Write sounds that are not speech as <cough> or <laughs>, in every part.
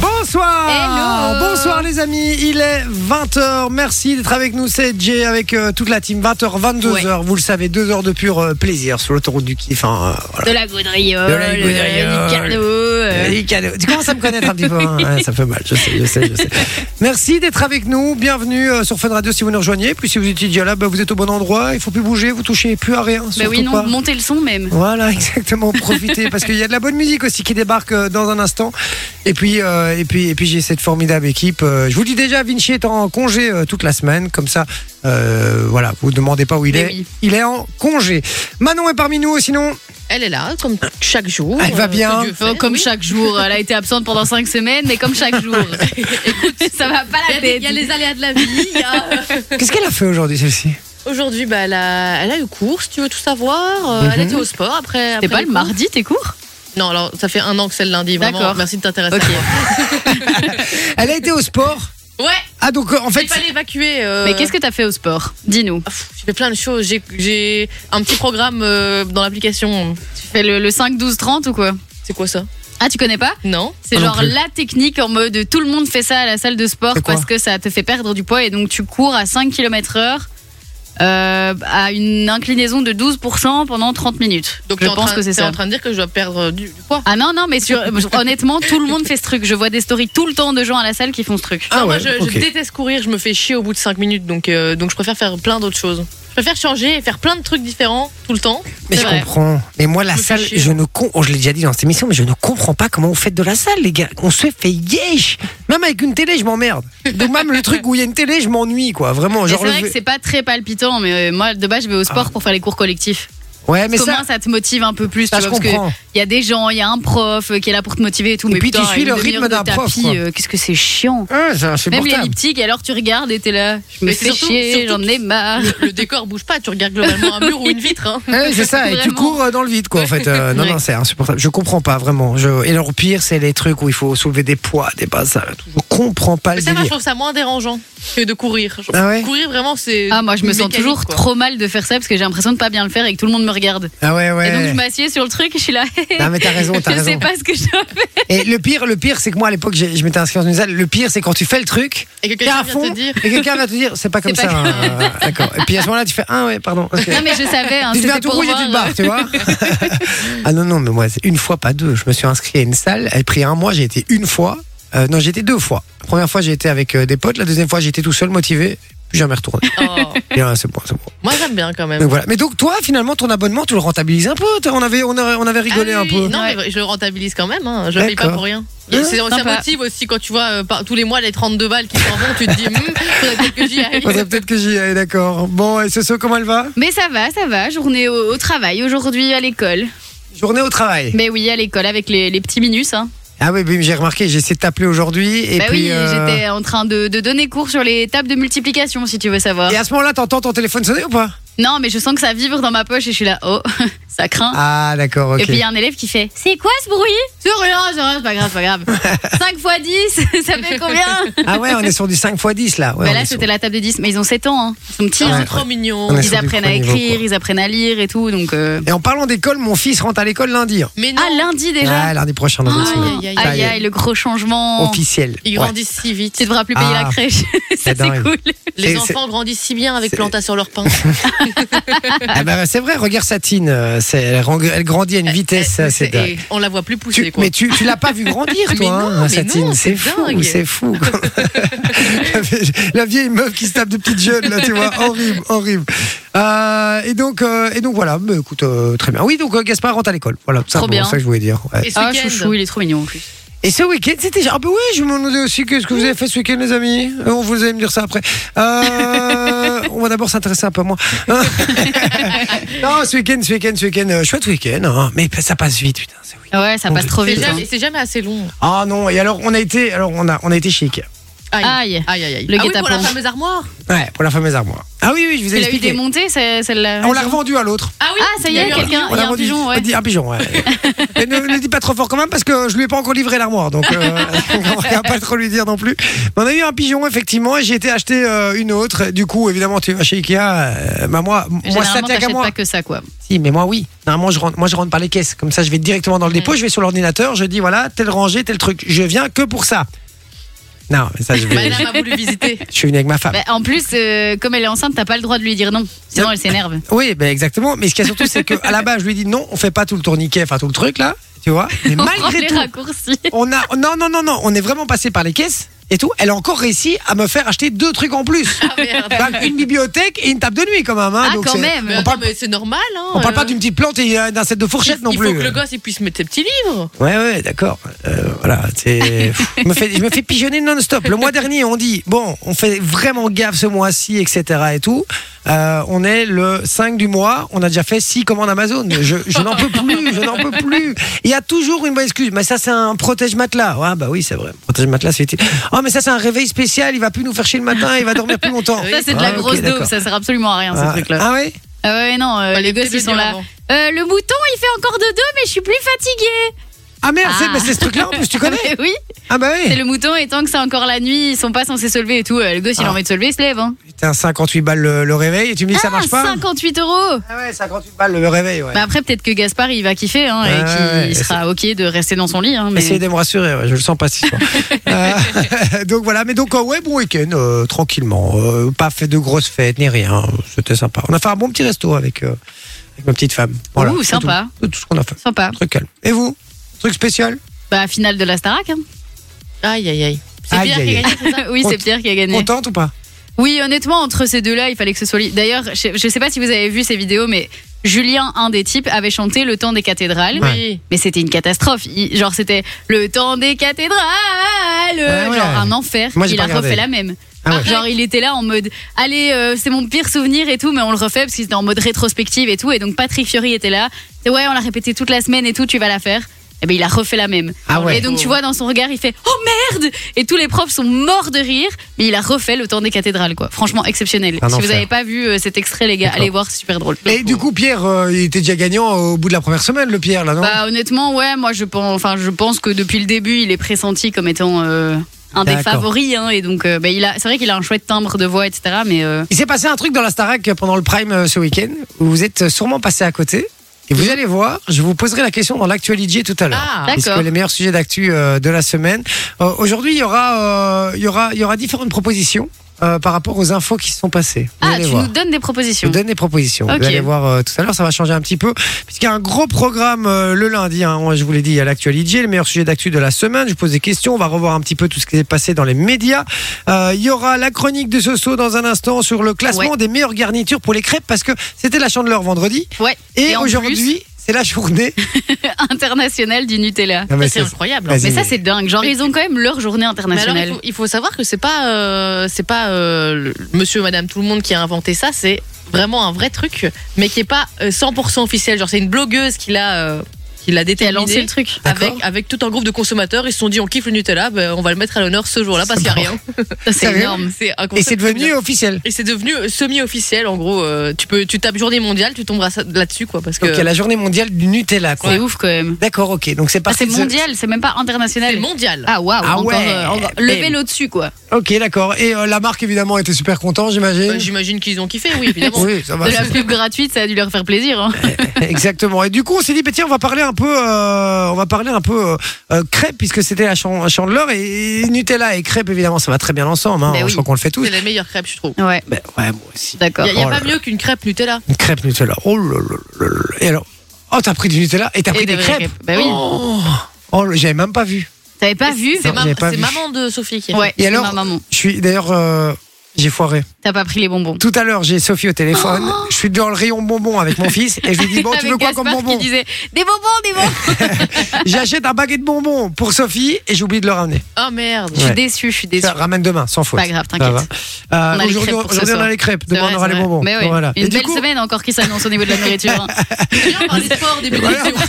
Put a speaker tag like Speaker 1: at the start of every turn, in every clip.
Speaker 1: Bonsoir
Speaker 2: Hello.
Speaker 1: Bonsoir les amis, il est 20h, merci d'être avec nous, c'est Jay avec euh, toute la team, 20h, 22h, vous le savez, 2 heures de pur euh, plaisir sur l'autoroute du kiff. hein, euh, voilà.
Speaker 2: De la gaudriole,
Speaker 1: De la gaudriole.
Speaker 2: euh, du canot. euh,
Speaker 1: Les cadeaux. Tu commences à me connaître un petit peu,
Speaker 2: <laughs>
Speaker 1: hein. Ouais, ça fait mal, je sais, je sais, je sais. Merci d'être avec nous, bienvenue euh, sur Fun Radio si vous nous rejoignez, puis si vous étiez déjà là, bah, vous êtes au bon endroit, il faut plus bouger, vous touchez plus à rien.
Speaker 2: Bah oui,
Speaker 1: surtout
Speaker 2: non,
Speaker 1: pas.
Speaker 2: montez le son même.
Speaker 1: Voilà, <laughs> exactement. Profitez parce qu'il y a de la bonne musique aussi qui débarque euh, dans un instant. Et puis, euh, et puis, et puis, j'ai cette formidable équipe. Euh, je vous le dis déjà, Vinci est en congé euh, toute la semaine, comme ça, euh, voilà, vous demandez pas où il
Speaker 2: Mais
Speaker 1: est.
Speaker 2: oui.
Speaker 1: Il est en congé. Manon est parmi nous, sinon.
Speaker 3: Elle est là, comme chaque jour.
Speaker 1: Elle va
Speaker 3: Euh,
Speaker 1: bien.
Speaker 3: que Dieu fait,
Speaker 2: Oh, comme
Speaker 3: oui.
Speaker 2: chaque jour, elle a été absente pendant 5 semaines, mais comme chaque
Speaker 3: <laughs>
Speaker 2: jour. Écoute, ça va pas
Speaker 3: Il y,
Speaker 2: la
Speaker 3: a des-
Speaker 2: tête.
Speaker 3: il y a les aléas de la vie. il y a, euh, <laughs>
Speaker 1: Qu'est-ce qu'elle a fait aujourd'hui, celle-ci
Speaker 3: Aujourd'hui, bah, elle, a, elle a eu cours, si tu veux tout savoir. Euh, Elle
Speaker 1: Mhm.
Speaker 3: était au sport après. après
Speaker 2: T'es pas
Speaker 3: les
Speaker 2: le
Speaker 3: cours.
Speaker 2: mardi, tes cours
Speaker 3: Non, alors ça fait un an que c'est le lundi. Vraiment,
Speaker 2: D'accord.
Speaker 3: merci de t'intéresser à moi.
Speaker 1: Elle a été au sport.
Speaker 3: Ouais,
Speaker 1: Ah donc euh, en fait,
Speaker 3: il fallait évacuer. euh,
Speaker 2: Mais qu'est-ce que t'as fait au sport Dis-nous.
Speaker 3: Pff, J'ai fait plein de choses. J'ai- J'ai un petit programme euh, dans l'application.
Speaker 2: Tu fais le, le 5, 12, 30 ou quoi
Speaker 3: C'est quoi ça
Speaker 2: Ah, tu connais pas
Speaker 3: Non
Speaker 2: C'est
Speaker 1: Moi Ah non
Speaker 2: genre
Speaker 1: plus.
Speaker 2: la technique en mode tout le monde fait ça à la salle de sport
Speaker 1: C'est quoi
Speaker 2: parce que ça te fait perdre du poids et donc tu cours à 5 km heure euh, à une inclinaison de 12% pendant 30 minutes.
Speaker 3: Donc
Speaker 2: je
Speaker 3: t'es en
Speaker 2: pense
Speaker 3: train-
Speaker 2: que c'est
Speaker 3: t'es
Speaker 2: ça.
Speaker 3: en train de dire que je dois perdre euh, du, du poids.
Speaker 2: Ah non, non, mais sur- honnêtement, tout le monde fait ce truc. Je vois des stories tout le temps de gens à la salle qui font ce truc.
Speaker 1: Ah
Speaker 3: Non, moi,
Speaker 1: ouais,
Speaker 3: je, je
Speaker 1: ok.
Speaker 3: déteste courir, je me fais chier au bout de 5 minutes, donc, euh, donc je préfère faire plein d'autres choses. Je préfère changer et faire plein de trucs différents tout le temps.
Speaker 1: mais
Speaker 2: c'est
Speaker 1: je
Speaker 2: vrai.
Speaker 1: comprends. Mais moi la
Speaker 3: Je me fais
Speaker 1: salle,
Speaker 3: chier,
Speaker 1: je
Speaker 3: hein.
Speaker 1: ne com- oh, je l'ai déjà dit dans cette émission, mais je ne comprends pas comment vous faites de la salle, les gars. On se fait yesh. Même avec une télé, je m'emmerde. Donc même le truc où il y a une télé, je m'ennuie quoi. Vraiment.
Speaker 2: Et C'est
Speaker 1: Genre
Speaker 2: vrai
Speaker 1: le-
Speaker 2: que c'est pas très palpitant, mais euh, moi, de base, je vais au sport pour faire les cours collectifs.
Speaker 1: Ouais, mais
Speaker 2: Comment
Speaker 1: ça,
Speaker 2: ça, te motive un peu plus,
Speaker 1: ça
Speaker 2: tu
Speaker 1: je
Speaker 2: vois, parce que
Speaker 1: comprends.
Speaker 2: il y a des gens, il y a un prof euh, qui est là pour te motiver et tout.
Speaker 1: Et
Speaker 2: mais
Speaker 1: puis, tu
Speaker 2: putain,
Speaker 1: suis
Speaker 2: une
Speaker 1: le
Speaker 2: demi-heure
Speaker 1: rythme d'un
Speaker 2: de
Speaker 1: prof,
Speaker 2: tapis,
Speaker 1: quoi.
Speaker 2: euh, Qu'est-ce que c'est chiant.
Speaker 1: Ah, c'est
Speaker 2: Même
Speaker 1: insupportable.
Speaker 2: l'elliptique, et alors tu regardes et t'es là. Je me
Speaker 3: Mais
Speaker 2: fais
Speaker 3: surtout-
Speaker 2: chier, j'en
Speaker 3: surtout
Speaker 2: ai marre.
Speaker 3: Le, le décor bouge pas, tu regardes globalement un mur ou une vitre. hein.
Speaker 1: Ouais, c'est ça, et tu
Speaker 2: Vraiment.
Speaker 1: cours euh, dans le vide, quoi, en fait. Euh, non,
Speaker 2: Ouais.
Speaker 1: non, c'est insupportable. Je comprends pas, vraiment. Je... Et leur pire, c'est les trucs où il faut soulever des poids, des bases. Je comprends pas
Speaker 3: Mais
Speaker 1: le
Speaker 3: ça va, je
Speaker 1: délire.
Speaker 3: trouve ça moins dérangeant que de courir. Je-
Speaker 1: Ah ouais
Speaker 3: Courir vraiment, c'est.
Speaker 2: Ah, moi, je me sens
Speaker 3: mécanique,
Speaker 2: toujours
Speaker 3: quoi.
Speaker 2: trop mal de faire ça parce que j'ai l'impression de pas bien le faire et que tout le monde me regarde.
Speaker 1: Ah ouais,
Speaker 2: Et donc,
Speaker 1: ouais.
Speaker 2: je m'assieds sur le truc et je suis là. <laughs>
Speaker 1: Non, mais t'as raison, t'as
Speaker 2: Je sais
Speaker 1: raison.
Speaker 2: pas
Speaker 1: <laughs>
Speaker 2: ce que je dois
Speaker 1: Et le pire, le pire, c'est que moi, à l'époque, j'ai- je m'étais inscrit dans une salle. Le pire, c'est quand tu fais le truc,
Speaker 3: Et que
Speaker 1: t'es à
Speaker 3: quelqu'un vient
Speaker 1: fond,
Speaker 3: te dire.
Speaker 1: et quelqu'un va te dire, c'est pas comme
Speaker 2: C'est
Speaker 1: ça.
Speaker 2: pas
Speaker 1: hein. Euh, D'accord. Et puis à ce moment-là, tu fais, ah ouais, pardon. ok.
Speaker 2: Non mais je savais, hein,
Speaker 1: Tu deviens
Speaker 2: c'était
Speaker 1: tout
Speaker 2: pour
Speaker 1: rouge et
Speaker 2: voir.
Speaker 1: tu te barres, tu vois. ah non, non, mais moi, c'est une fois, pas deux. Je me suis inscrit à une salle. Elle a pris un mois, j'ai été une fois. Euh, non, j'ai été deux fois. La première fois, j'ai été avec euh, des potes. La deuxième fois, j'ai été tout seul, motivé. Puis jamais retourné.
Speaker 3: Oh.
Speaker 1: Et là, c'est bon, c'est bon.
Speaker 3: Moi, j'aime bien quand même.
Speaker 1: Donc voilà. Mais donc, toi, finalement, ton abonnement, tu le rentabilises un peu. Toi, On avait, on avait, on avait rigolé
Speaker 3: Ah oui,
Speaker 1: un peu.
Speaker 3: oui, Non,
Speaker 2: Ouais.
Speaker 3: mais je le rentabilise quand même. hein. Je le paye pas
Speaker 1: D'accord.
Speaker 3: pour rien.
Speaker 1: Ouais,
Speaker 3: Et c'est- ça
Speaker 2: sympa.
Speaker 3: motive aussi quand tu vois euh, par- tous les mois les 32 balles qui s'en vont, tu te dis, Hum, faudrait peut-être que j'y aille.
Speaker 1: Faudrait peut-être que j'y aille, d'accord. Bon, et Soso, comment elle va
Speaker 2: Mais ça va, ça va, journée au, au travail aujourd'hui à l'école.
Speaker 1: Journée au travail.
Speaker 2: Mais oui, à l'école avec les, les petits minus. Hein. Ah
Speaker 1: Ah oui, oui, j'ai remarqué, j'ai essayé de t'appeler aujourd'hui. Et
Speaker 2: bah
Speaker 1: puis,
Speaker 2: oui,
Speaker 1: euh,
Speaker 2: j'étais en train de, de donner cours sur les tables de multiplication si tu veux savoir.
Speaker 1: Et à ce moment-là, t'entends ton téléphone sonner ou pas
Speaker 2: Non mais je sens que ça vibre dans ma poche et je suis là, oh, <laughs> ça craint.
Speaker 1: Ah, d'accord, ok.
Speaker 2: Et puis il y a un élève qui fait C'est quoi ce bruit C'est rien, c'est rien, c'est pas grave, c'est pas grave.
Speaker 1: <laughs>
Speaker 2: 5 fois 10, <laughs> ça fait combien
Speaker 1: Ah ouais, on est sur du 5 x 10 là. Ouais,
Speaker 2: Bah
Speaker 1: on
Speaker 2: Là
Speaker 1: est sur-
Speaker 2: c'était la table de 10, mais ils ont 7 ans, hein. ils sont petits.
Speaker 3: Ah,
Speaker 2: hein.
Speaker 3: C'est trop mignon.
Speaker 1: On est
Speaker 2: Ils
Speaker 1: sur du
Speaker 2: apprennent à
Speaker 1: premier niveau,
Speaker 2: écrire,
Speaker 1: quoi.
Speaker 2: ils apprennent à lire et tout, donc... euh,
Speaker 1: Et en parlant d'école, mon fils rentre à l'école lundi. hein.
Speaker 3: Mais non,
Speaker 2: Ah, lundi déjà
Speaker 1: Ah, lundi prochain, dans
Speaker 2: Ah,
Speaker 1: une semaine.
Speaker 2: aïe, aïe,
Speaker 1: Ça y
Speaker 2: aïe,
Speaker 1: est.
Speaker 2: aïe, le gros changement.
Speaker 1: Officiel.
Speaker 3: ils
Speaker 1: Ouais.
Speaker 3: grandissent si vite.
Speaker 2: Tu devras plus payer
Speaker 1: Ah,
Speaker 2: la crèche. <laughs> ça,
Speaker 1: dingue.
Speaker 2: c'est cool.
Speaker 3: Les
Speaker 1: C'est-
Speaker 3: enfants grandissent si bien avec
Speaker 1: c'est-
Speaker 3: Planta sur leur pain.
Speaker 1: Ah bah, c'est vrai, regarde Satine, euh, c'est- elle, rang- elle grandit à une vitesse,
Speaker 3: Eh,
Speaker 1: ça, <laughs> c'est
Speaker 3: et
Speaker 1: dingue.
Speaker 3: On la voit plus
Speaker 1: Tu-
Speaker 3: pousser quoi.
Speaker 1: mais tu, tu l'as pas vu grandir,
Speaker 3: Mais
Speaker 1: toi, hein,
Speaker 3: non, mais
Speaker 1: Satine.
Speaker 3: non,
Speaker 1: c'est
Speaker 3: c'est
Speaker 1: fou,
Speaker 3: dingue.
Speaker 1: c'est fou. <laughs> la, vieille, la vieille meuf qui se tape de petites jeunes, là, tu vois. Horrible, horrible. Euh, et, donc, euh, et donc, voilà, mais écoute, euh, très bien. Oui, donc euh, Gaspard rentre à l'école. Voilà, c'est
Speaker 2: Trop bien.
Speaker 1: ça que je voulais dire. ouais.
Speaker 3: Et ce
Speaker 2: Ah,
Speaker 3: week-end,
Speaker 2: chouchou, il est trop mignon en plus.
Speaker 1: Et ce week-end, c'était. Ah, bah oui, je me demandais aussi que ce que vous avez fait ce week-end, les amis. Euh, On vous allez me dire ça après. Euh, <laughs> on va d'abord s'intéresser un peu à moi. <laughs> non, ce week-end, ce week-end, ce week-end, euh, chouette week-end, hein, mais ça passe vite, putain. c'est week-end.
Speaker 2: Ouais, ça passe trop
Speaker 3: c'est
Speaker 2: vite.
Speaker 3: jamais, c'est jamais assez long.
Speaker 1: Ah non, et alors on a été, alors on a, on a été chic.
Speaker 2: hein.
Speaker 3: Aïe.
Speaker 2: Aïe.
Speaker 3: Aïe, aïe, aïe.
Speaker 2: Le
Speaker 3: ah oui,
Speaker 2: guet-apens.
Speaker 3: pour la fameuse armoire.
Speaker 1: Ouais, pour la fameuse armoire. Ah oui, oui, je vous ai
Speaker 2: Il a eu hein,
Speaker 1: expliqué.
Speaker 2: démonté c'est- celle-là.
Speaker 1: On l'a revendu à l'autre.
Speaker 3: Ah oui,
Speaker 2: Ah, ça y
Speaker 3: il
Speaker 2: est,
Speaker 3: a eu un
Speaker 2: quelqu'un.
Speaker 1: On
Speaker 2: Il y
Speaker 1: l'a
Speaker 2: a un
Speaker 1: vendu-
Speaker 2: pigeon,
Speaker 1: on
Speaker 2: ouais.
Speaker 1: dit un
Speaker 2: <laughs>
Speaker 1: pigeon, ouais. Mais ne ne le dis pas trop fort quand même parce que je lui ai pas encore livré l'armoire, donc euh, <laughs> on va pas trop lui dire non plus. Mais on a eu un pigeon effectivement et j'ai été acheter euh, une autre. Du coup, évidemment, tu vas chez Ikea. euh, bah, moi, moi ça tient
Speaker 2: Généralement,
Speaker 1: qu'à
Speaker 2: t'achètes
Speaker 1: moi.
Speaker 2: pas que ça, quoi.
Speaker 1: Si, mais moi oui. Normalement, je rentre, moi je rentre par les
Speaker 2: Mm.
Speaker 1: caisses. Comme ça, je vais directement dans le dépôt. Je vais sur l'ordinateur. Je dis voilà, tel rangé, tel truc. Je viens que pour ça. Non, mais ça, je vais.
Speaker 3: Madame a voulu visiter. <laughs>
Speaker 1: Je suis venu avec ma femme.
Speaker 2: Bah, en plus, euh, comme elle est enceinte, t'as pas le droit de lui dire non. Sinon, elle s'énerve.
Speaker 1: Oui, ben exactement. Mais ce qu'il y a surtout, c'est qu'à la base, je lui ai dit non, on fait pas tout le tourniquet, enfin tout le truc là, tu vois. Mais
Speaker 2: <laughs> <laughs> On prend
Speaker 1: malgré
Speaker 2: les
Speaker 1: tout,
Speaker 2: raccourcis.
Speaker 1: on a. Non, non, non, non, on est vraiment passé par les caisses et tout. Elle a encore réussi à me faire acheter deux trucs en plus.
Speaker 3: Ah,
Speaker 1: Bah, une bibliothèque et une table de nuit quand même. hein.
Speaker 2: Ah,
Speaker 1: Donc,
Speaker 2: quand
Speaker 1: c'est-
Speaker 2: même.
Speaker 3: Mais
Speaker 1: On
Speaker 3: attends,
Speaker 1: parle,
Speaker 3: mais c'est normal. Hein,
Speaker 1: on parle pas
Speaker 3: euh,
Speaker 1: d'une petite plante et euh, d'un set de fourchettes
Speaker 3: il-
Speaker 1: non
Speaker 3: Il
Speaker 1: plus.
Speaker 3: faut que le gosse il puisse mettre ses petits livres.
Speaker 1: Ouais, ouais, d'accord. Euh, voilà, c'est. Pff, je, me fais, je me fais pigeonner non-stop. Le mois dernier, on dit, bon, on fait vraiment gaffe ce mois-ci, etc. et tout. Euh, on est le 5 du mois, on a déjà fait 6 commandes Amazon. Je, je n'en peux plus, je n'en peux plus. Il y a toujours une bonne excuse. Mais ça, c'est un protège-matelas. Ah, bah oui, c'est vrai. Protège-matelas, c'est utile. Ah, mais ça, c'est un réveil spécial, il va plus nous faire chier le matin, il va dormir plus longtemps.
Speaker 2: Ça, c'est de la
Speaker 1: Ah, ok,
Speaker 2: grosse
Speaker 1: d'accord.
Speaker 2: daube. Ça sert absolument à rien,
Speaker 1: Ah,
Speaker 2: ce truc-là.
Speaker 1: Ah ouais
Speaker 2: Ah ouais, non, euh,
Speaker 3: Bah,
Speaker 2: les gosses,
Speaker 3: bébés
Speaker 2: ils sont
Speaker 3: bien
Speaker 2: là.
Speaker 3: avant.
Speaker 2: Euh, le mouton, il fait encore de deux, mais je suis plus fatiguée.
Speaker 1: Ah merde, c'est
Speaker 2: Ah.
Speaker 1: mais c'est ce truc-là en plus, tu connais
Speaker 2: Mais oui,
Speaker 1: Ah bah
Speaker 2: <laughs> c'est
Speaker 1: oui.
Speaker 2: le mouton, et tant que c'est encore la nuit, ils sont pas censés se lever et tout. Euh, Le gosse, il a
Speaker 1: Ah.
Speaker 2: envie de se lever, il se lève. Hein.
Speaker 1: Putain, 58 balles le, le réveil et tu me dis que ça
Speaker 2: Ah,
Speaker 1: marche pas
Speaker 2: 58 euros
Speaker 1: Ah ouais, 58 balles le réveil, ouais.
Speaker 2: Bah après, peut-être que Gaspard, il va kiffer hein,
Speaker 1: Ouais, ouais,
Speaker 2: et
Speaker 1: ouais,
Speaker 2: qu'il sera OK de rester dans son lit. Hein, mais...
Speaker 1: Essayez de me rassurer, ouais, je le sens pas
Speaker 2: <laughs>
Speaker 1: si fort. Euh, <laughs> donc voilà, mais donc euh, ouais, bon week-end, euh, tranquillement. euh, pas fait de grosses fêtes ni rien, euh, c'était sympa. On a fait un bon petit resto avec, euh, avec ma petite femme. Voilà,
Speaker 2: Ouh,
Speaker 1: c'est
Speaker 2: sympa.
Speaker 1: tout. C'est tout ce qu'on a fait.
Speaker 2: Sympa.
Speaker 1: Un Truc calme. Et vous Truc spécial
Speaker 2: Bah, finale de la Starac. hein.
Speaker 3: Aïe aïe aïe. C'est
Speaker 1: Aïe,
Speaker 3: bien
Speaker 1: aïe,
Speaker 3: qu'il
Speaker 1: aïe.
Speaker 3: gagne.
Speaker 2: <laughs> oui, c'est
Speaker 1: Cont-
Speaker 2: Pierre qui a gagné.
Speaker 1: Contente ou pas
Speaker 2: Oui, honnêtement, entre ces deux-là, il fallait que ce soit lui. D'ailleurs, je, je sais pas si vous avez vu ces vidéos, mais Julien, un des types, avait chanté Le temps des cathédrales.
Speaker 1: Ouais.
Speaker 3: Oui.
Speaker 2: Mais c'était une catastrophe. Il- genre, c'était Le temps des cathédrales.
Speaker 1: Ah ouais.
Speaker 2: Genre, un enfer.
Speaker 1: Moi, j'ai
Speaker 2: il
Speaker 1: pas
Speaker 2: a
Speaker 1: regardé.
Speaker 2: refait la même.
Speaker 1: Ah ouais.
Speaker 2: Genre, il était là en mode Allez, euh, c'est mon pire souvenir et tout, mais on le refait parce qu'il était en mode rétrospective et tout. Et donc, Patrick Fiori était là. C'est, Ouais, on l'a répété toute la semaine et tout, tu vas la faire. Et ben il a refait la même.
Speaker 1: Ah ouais.
Speaker 2: Et donc, tu vois, dans son regard, il fait Oh merde Et tous les profs sont morts de rire, mais il a refait le temps des cathédrales, quoi. Franchement, exceptionnel.
Speaker 1: Un
Speaker 2: si
Speaker 1: enfer.
Speaker 2: vous n'avez pas vu euh, cet extrait, les
Speaker 1: Ah
Speaker 2: gars,
Speaker 1: D'accord.
Speaker 2: allez voir, c'est super drôle.
Speaker 1: Et du coup, Pierre, euh, il était déjà gagnant au bout de la première semaine, le Pierre, là, non
Speaker 2: Bah honnêtement, ouais, moi je pense, enfin je pense que depuis le début, il est pressenti comme étant euh, un des
Speaker 1: D'accord.
Speaker 2: favoris, hein, et donc euh, bah, il a, c'est vrai qu'il a un chouette timbre de voix, etc. Mais euh,
Speaker 1: Il s'est passé un truc dans la Starac pendant le Prime euh, ce week-end, où vous êtes sûrement passé à côté. Et vous allez voir, je vous poserai la question dans l'actualité tout à l'heure.
Speaker 3: Ah.
Speaker 1: puisque
Speaker 2: D'accord.
Speaker 1: les meilleurs sujets d'actu euh, de la semaine. Euh, Aujourd'hui, il y aura, euh, il y aura, il y aura différentes propositions euh, par rapport aux infos qui se sont passées. Vous
Speaker 2: ah,
Speaker 1: allez
Speaker 2: tu
Speaker 1: voir.
Speaker 2: nous donnes des
Speaker 1: Je
Speaker 2: propositions. <laughs>
Speaker 1: vous donne des propositions.
Speaker 2: Ok.
Speaker 1: Vous allez voir euh, tout à l'heure, ça va changer un petit peu. Puisqu'il y a un gros programme euh, le lundi, hein. On- je vous l'ai dit, il y a l'actualité, le meilleur sujet d'actu de la semaine. Je vous pose des questions, on va revoir un petit peu tout ce qui s'est passé dans les médias. Euh, il y aura la chronique de Soso dans un instant sur le classement
Speaker 2: Ouais.
Speaker 1: des meilleures garnitures pour les crêpes, parce que c'était la chandeleur vendredi.
Speaker 2: Ouais.
Speaker 1: Et,
Speaker 2: Et en
Speaker 1: aujourd'hui, c'est la
Speaker 2: <laughs>
Speaker 1: journée.
Speaker 2: International du Nutella.
Speaker 1: Non, mais
Speaker 3: C'est
Speaker 1: c'est-
Speaker 3: incroyable.
Speaker 1: Vas-y.
Speaker 2: Mais ça c'est dingue. Genre
Speaker 3: Mais-
Speaker 2: ils ont quand même leur journée
Speaker 3: Mais alors,
Speaker 2: internationale.
Speaker 3: il faut, il faut savoir que c'est pas, euh, c'est pas euh, le- monsieur, madame, tout le monde qui a inventé ça, c'est vraiment un vrai truc, mais qui est pas euh, 100% officiel. Genre, c'est une blogueuse qui l'a, euh, qui l'a
Speaker 2: T'as
Speaker 3: déterminé.
Speaker 2: lancé le truc.
Speaker 3: Avec, avec tout un groupe de consommateurs, ils se sont dit on kiffe le Nutella, ben, on va le mettre à l'honneur ce jour-là parce qu'il n'y a rien.
Speaker 2: Ça, C'est
Speaker 1: Sérieux
Speaker 2: énorme.
Speaker 3: C'est
Speaker 1: Mm.
Speaker 3: un
Speaker 1: Et
Speaker 3: concept
Speaker 1: c'est devenu
Speaker 3: formidable.
Speaker 1: officiel.
Speaker 3: Et c'est devenu euh, semi-officiel en gros. euh, tu peux, tu tapes journée mondiale, tu tomberas ça- là-dessus quoi parce que.
Speaker 1: Donc il y a la journée mondiale du Nutella. quoi.
Speaker 2: euh, C'est ouf quand même.
Speaker 1: D'accord, ok. Donc c'est
Speaker 2: Ah,
Speaker 1: parti.
Speaker 2: c'est
Speaker 1: de ce-
Speaker 2: mondial, c'est même pas international.
Speaker 3: C'est mondial.
Speaker 2: Ah waouh.
Speaker 1: Ah
Speaker 2: encore,
Speaker 1: ouais.
Speaker 2: euh, encore-
Speaker 1: Eh.
Speaker 2: Level au-dessus quoi.
Speaker 1: Ok, d'accord. Et euh, la marque évidemment était super content, j'imagine.
Speaker 3: Bah, J'imagine qu'ils ont kiffé, oui évidemment.
Speaker 1: oui, ça va.
Speaker 2: De la pub gratuite, ça a dû leur faire plaisir. hein.
Speaker 1: <laughs> Exactement. Et du coup, on s'est dit, bah, tiens, on va parler un peu, euh, on va parler un peu euh, euh, crêpes puisque c'était la chan- chandeleur et, et Nutella et crêpes évidemment, ça va très bien ensemble. hein.
Speaker 2: Ben oui.
Speaker 1: Je crois qu'on le fait tous.
Speaker 3: C'est la meilleure crêpe je trouve.
Speaker 2: Ouais.
Speaker 1: Ben, ouais, moi aussi.
Speaker 2: D'accord.
Speaker 3: Il n'y a, y a
Speaker 1: Oh là
Speaker 3: pas mieux qu'une crêpe Nutella.
Speaker 1: Une crêpe Nutella. Oh là là là là là. Et alors, oh, t'as pris du Nutella et t'as
Speaker 2: Et
Speaker 1: pris
Speaker 2: des
Speaker 1: des,
Speaker 2: vraies
Speaker 1: crêpes.
Speaker 2: crêpes. Ben oui.
Speaker 1: Oh, Oh, j'avais même pas vu.
Speaker 2: T'avais pas vu
Speaker 3: C'est
Speaker 1: Non,
Speaker 3: ma-
Speaker 1: j'avais pas
Speaker 3: c'est
Speaker 1: vu.
Speaker 3: maman de Sophie qui a
Speaker 2: Ouais.
Speaker 1: Et
Speaker 2: c'est
Speaker 1: alors,
Speaker 2: ma maman.
Speaker 1: je suis d'ailleurs, euh, j'ai foiré.
Speaker 2: T'as pas pris les bonbons.
Speaker 1: Tout à l'heure, j'ai Sophie au téléphone. je suis dans le rayon bonbons avec mon fils et je lui
Speaker 2: <laughs>
Speaker 1: dis bon, tu
Speaker 2: Avec
Speaker 1: veux quoi comme
Speaker 2: Gaspard
Speaker 1: bonbons
Speaker 2: qui disait des bonbons, des bonbons.
Speaker 1: J'achète un paquet de bonbons pour Sophie et j'oublie de le ramener.
Speaker 3: Oh merde.
Speaker 2: Je
Speaker 1: Ouais.
Speaker 2: suis déçue, je suis déçue.
Speaker 1: Ça, ramène demain, sans faute.
Speaker 2: Pas grave,
Speaker 1: Ça
Speaker 2: t'inquiète.
Speaker 1: va. Euh,
Speaker 2: On a les
Speaker 1: Aujourd'hui,
Speaker 2: crêpes pour ce
Speaker 1: aujourd'hui, on a
Speaker 2: soir.
Speaker 1: les crêpes.
Speaker 2: C'est
Speaker 1: Demain,
Speaker 2: vrai,
Speaker 1: on aura
Speaker 2: c'est
Speaker 1: les
Speaker 2: vrai.
Speaker 1: bonbons.
Speaker 2: Mais ouais,
Speaker 1: Voilà.
Speaker 2: Une
Speaker 1: Et du
Speaker 2: belle
Speaker 1: coup- <laughs>
Speaker 2: semaine encore qui s'annonce au niveau de la nourriture. hein.
Speaker 3: Viens, on parlait de sport, début
Speaker 1: Voilà,
Speaker 3: d'émission.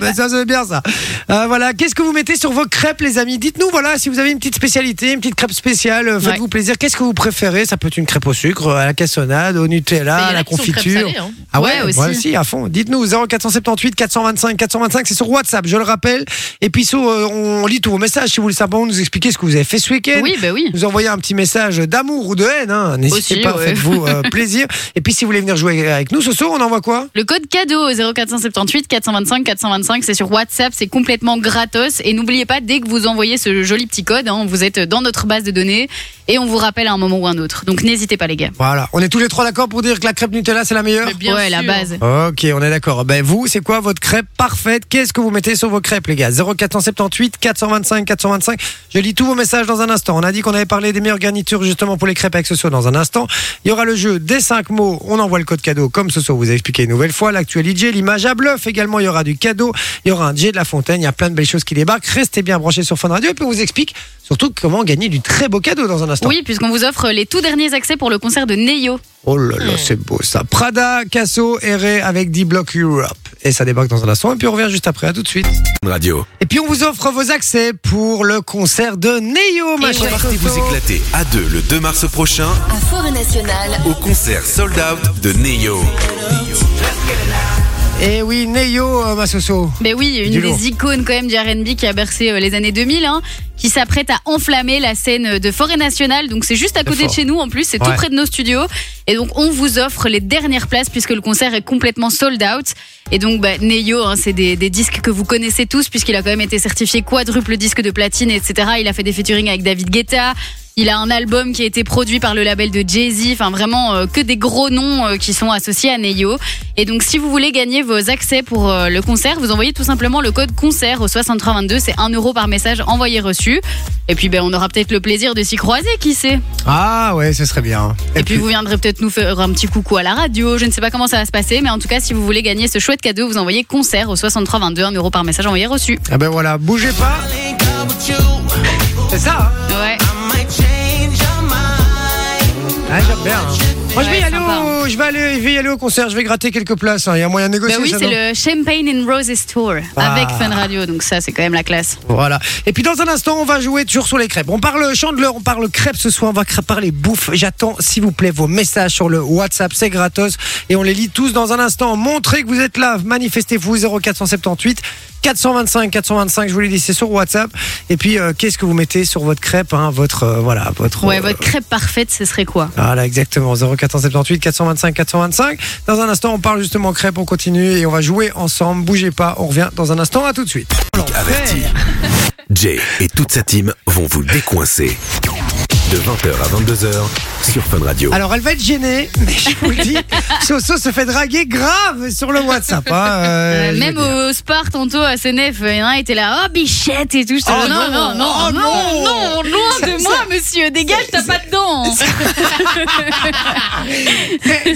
Speaker 1: Ben, ça c'est bien ça. Euh, voilà, qu'est-ce que vous mettez sur vos crêpes, les amis Dites-nous, voilà, si vous avez une petite spécialité, une petite crêpe spéciale, euh, faites-vous plaisir. Qu'est-ce que vous préférez Ça peut peut être une crêpe au sucre, à la cassonade, au
Speaker 3: Mais il y
Speaker 1: Nutella,
Speaker 3: en
Speaker 1: à
Speaker 3: a
Speaker 1: Ah, la
Speaker 3: qui sont crêpes
Speaker 1: confiture.
Speaker 3: salées, hein.
Speaker 1: Ah
Speaker 2: Ouais,
Speaker 1: ouais,
Speaker 2: aussi.
Speaker 1: moi aussi, à fond. Dites-nous 0478 425 425, c'est sur WhatsApp, je le rappelle. Et puis sur, euh, on lit tous vos messages si vous voulez savoir, vous nous expliquer ce que vous avez fait ce week-end.
Speaker 2: Oui, bah oui.
Speaker 1: Nous envoyer un petit message d'amour ou de haine, hein. n'hésitez
Speaker 2: Aussi,
Speaker 1: pas,
Speaker 2: ouais.
Speaker 1: faites-vous
Speaker 2: <laughs>
Speaker 1: euh, plaisir. Et puis si vous voulez venir jouer avec nous ce soir, on envoie quoi
Speaker 2: Le code cadeau au 0478 425 425, c'est sur WhatsApp, c'est complètement gratos. Et n'oubliez pas, dès que vous envoyez ce joli petit code, hein, vous êtes dans notre base de données et on vous rappelle à un moment ou un autre. Donc n'hésitez pas les gars.
Speaker 1: Voilà, on est tous les trois d'accord pour dire que la crêpe Nutella c'est la meilleure
Speaker 3: Mais bien
Speaker 2: ouais, la
Speaker 3: sûr.
Speaker 2: base.
Speaker 1: Ok, on est d'accord. Ben vous, c'est quoi votre crêpe parfaite Qu'est-ce que vous mettez sur vos crêpes, les gars 0478 425 425. Je lis tous vos messages dans un instant. On a dit qu'on avait parlé des meilleures garnitures justement pour les crêpes avec ce soir dans un instant. Il y aura le jeu des 5 mots. On envoie le code cadeau comme ce soir vous a expliqué une nouvelle fois. L'actualité, l'image à bluff également. Il y aura du cadeau. Il y aura un jet de la fontaine. Il y a plein de belles choses qui débarquent. Restez bien branchés sur Fun Radio et puis on vous explique surtout comment gagner du très beau cadeau dans un instant.
Speaker 2: Oui, puisqu'on vous offre les tout derniers accès pour le concert de Neyo.
Speaker 1: Oh là
Speaker 2: Hmm.
Speaker 1: là, c'est beau ça. Prada, Casso, Erré avec D-Block Europe. Et ça débarque dans un instant. Et puis on revient juste après. À tout de suite.
Speaker 4: Radio.
Speaker 1: Et puis on vous offre vos accès pour le concert de Neo, ma
Speaker 2: Et
Speaker 1: chère
Speaker 2: ouais.
Speaker 4: Partez vous
Speaker 1: Coco.
Speaker 4: éclater à deux le 2 mars prochain
Speaker 5: à Forêt Nationale.
Speaker 4: au concert Sold Out de Neo.
Speaker 1: Et Eh oui, Neo, euh, ma Soso.
Speaker 2: Ben oui, une
Speaker 1: Du
Speaker 2: des
Speaker 1: lourd.
Speaker 2: icônes quand même du RB qui a bercé euh, les années 2000, hein, qui s'apprête à enflammer la scène de Forêt Nationale. Donc c'est juste à côté de
Speaker 1: fort.
Speaker 2: chez nous en plus, c'est tout
Speaker 1: Ouais.
Speaker 2: près de nos studios. Et donc on vous offre les dernières places puisque le concert est complètement sold out. Et donc bah, Neyo, hein, c'est des, des disques que vous connaissez tous puisqu'il a quand même été certifié quadruple disque de platine, etc. Il a fait des featuring avec David Guetta. Il a un album qui a été produit par le label de Jay-Z, enfin vraiment euh, que des gros noms euh, qui sont associés à Neyo. Et donc si vous voulez gagner vos accès pour euh, le concert, vous envoyez tout simplement le code concert au 6322, c'est 1 euro par message envoyé reçu. Et puis ben, on aura peut-être le plaisir de s'y croiser, qui sait.
Speaker 1: Ah ouais, ce serait bien.
Speaker 2: Et puis vous viendrez peut-être nous faire un petit coucou à la radio, je ne sais pas comment ça va se passer, mais en tout cas si vous voulez gagner ce chouette cadeau, vous envoyez concert au 6322, 1 euro par message envoyé reçu.
Speaker 1: Ah ben voilà, bougez pas. C'est ça, hein
Speaker 2: Ouais.
Speaker 1: Ah, J'aime bien. hein. Moi, je vais,
Speaker 2: Ouais,
Speaker 1: y aller
Speaker 2: sympa,
Speaker 1: au, je, vais aller, je vais y aller au concert, je vais gratter quelques places. hein. Il y a moyen de négocier
Speaker 2: Bah oui,
Speaker 1: ça,
Speaker 2: c'est
Speaker 1: non
Speaker 2: le Champagne in Roses Tour
Speaker 1: Ah.
Speaker 2: avec Fun Radio, donc ça c'est quand même la classe.
Speaker 1: Voilà. Et puis dans un instant, on va jouer toujours sur les crêpes. On parle chandeleur, on parle crêpes ce soir, on va cra- parler bouffe. J'attends, s'il vous plaît, vos messages sur le WhatsApp, c'est gratos. Et on les lit tous dans un instant. Montrez que vous êtes là, manifestez-vous 0478 425 425, je vous l'ai dit, c'est sur WhatsApp. Et puis, euh, qu'est-ce que vous mettez sur votre crêpe hein, Votre, euh, voilà, votre...
Speaker 2: Ouais,
Speaker 1: euh,
Speaker 2: votre crêpe parfaite, ce serait quoi
Speaker 1: voilà, exactement. 0478 425 425. Dans un instant, on parle justement crêpes, on continue et on va jouer ensemble. Bougez pas, on revient dans un instant. À tout de suite.
Speaker 4: Averti. Jay et toute sa team vont vous décoincer. De 20h à 22h sur Fun Radio.
Speaker 1: Alors elle va être gênée, <laughs> mais je vous le dis, Soso se fait draguer grave sur le WhatsApp. hein, euh,
Speaker 2: Euh,
Speaker 1: je
Speaker 2: même
Speaker 1: veux dire.
Speaker 2: au Spar tantôt à Senef, il y en a un était là, oh bichette et tout. Je te
Speaker 1: Oh
Speaker 2: dis, non,
Speaker 1: non,
Speaker 2: non, non,
Speaker 1: oh
Speaker 2: non,
Speaker 1: non.
Speaker 2: non, loin <laughs> de moi, monsieur, dégage, t'as pas de dents.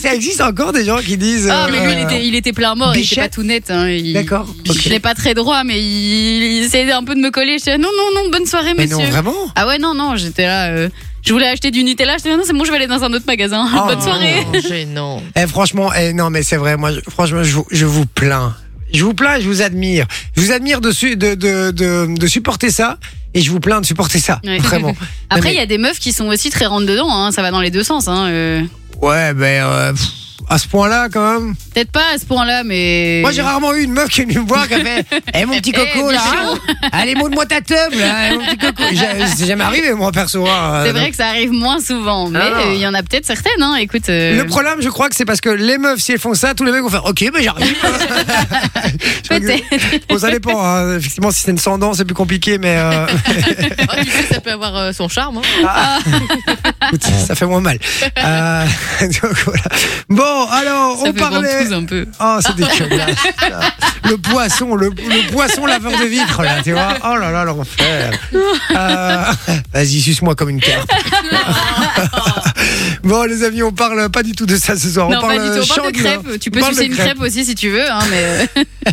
Speaker 1: Ça existe encore des gens qui disent.
Speaker 2: Ah, mais lui,
Speaker 1: euh,
Speaker 2: il était, il était plein mort, il était pas
Speaker 1: Bichette.
Speaker 2: tout net. hein, il-
Speaker 1: D'accord, ok.
Speaker 2: Je l'ai pas très droit, mais il, il essayait un peu de me coller. Je disais, non, non, non, bonne soirée,
Speaker 1: Mais
Speaker 2: monsieur.
Speaker 1: non, vraiment
Speaker 2: ah ouais, non, non, j'étais là. euh, je voulais acheter du Nutella, je disais, non, c'est bon, je vais aller dans un autre magasin. <laughs>
Speaker 1: Oh,
Speaker 2: bonne soirée.
Speaker 3: <laughs> Oh, Gênant.
Speaker 1: Eh, franchement, eh, non, mais c'est vrai, moi, je- franchement, je vous, je vous plains. Je vous plains et je vous admire. Je vous admire de, su- de, de, de, de supporter ça et je vous plains de supporter ça.
Speaker 2: Ouais.
Speaker 1: Vraiment.
Speaker 2: <laughs> Après, il
Speaker 1: mais-
Speaker 2: y a des meufs qui sont aussi très rentre dedans, hein, ça va dans les deux sens. hein, euh.
Speaker 1: Ouais, ben, euh, pff, à ce point-là, quand même.
Speaker 2: Peut-être pas à ce point-là, mais.
Speaker 1: Moi, j'ai rarement eu une meuf qui est venue me voir qui a
Speaker 2: <laughs>
Speaker 1: fait Eh, mon petit coco,
Speaker 2: Eh,
Speaker 1: là
Speaker 2: bichon.
Speaker 1: hein Allez, monte-moi ta teub, là eh, mon petit coco J'ai- C'est jamais arrivé, moi, perso. hein.
Speaker 2: C'est vrai que ça arrive moins souvent, mais
Speaker 1: Ah.
Speaker 2: euh, il y en a peut-être certaines. Hein. Écoute, euh,
Speaker 1: Le problème, je crois que c'est parce que les meufs, si elles font ça, tous les mecs vont faire Ok, mais
Speaker 2: <laughs>
Speaker 1: j'arrive Je crois que-
Speaker 2: peut-être.
Speaker 1: Bon, ça dépend. hein. Effectivement, si c'est une sans dents, c'est plus compliqué, mais
Speaker 2: <laughs>
Speaker 1: euh,
Speaker 3: Ah, tu sais, ça peut avoir euh, son charme. hein.
Speaker 1: écoute, ça fait moins mal. Euh, <laughs> donc, voilà. Bon, alors,
Speaker 2: Ça
Speaker 1: on
Speaker 2: fait
Speaker 1: parlait.
Speaker 2: ventouse un peu.
Speaker 1: Oh, c'est dégueulasse. le poisson, le, le poisson laveur de vitre, là, tu vois. Oh là là, l'enfer. Euh, Vas-y, suce-moi comme une
Speaker 2: <laughs>
Speaker 1: carpe. bon, les amis, on parle pas du tout de ça ce soir.
Speaker 2: non,
Speaker 1: on parle, euh,
Speaker 2: pas du tout. On parle de
Speaker 1: chandeleur.
Speaker 2: crêpes. Tu
Speaker 1: On
Speaker 2: peux
Speaker 1: parle
Speaker 2: sucer
Speaker 1: de
Speaker 2: une crêpe. aussi si tu veux, hein, mais euh,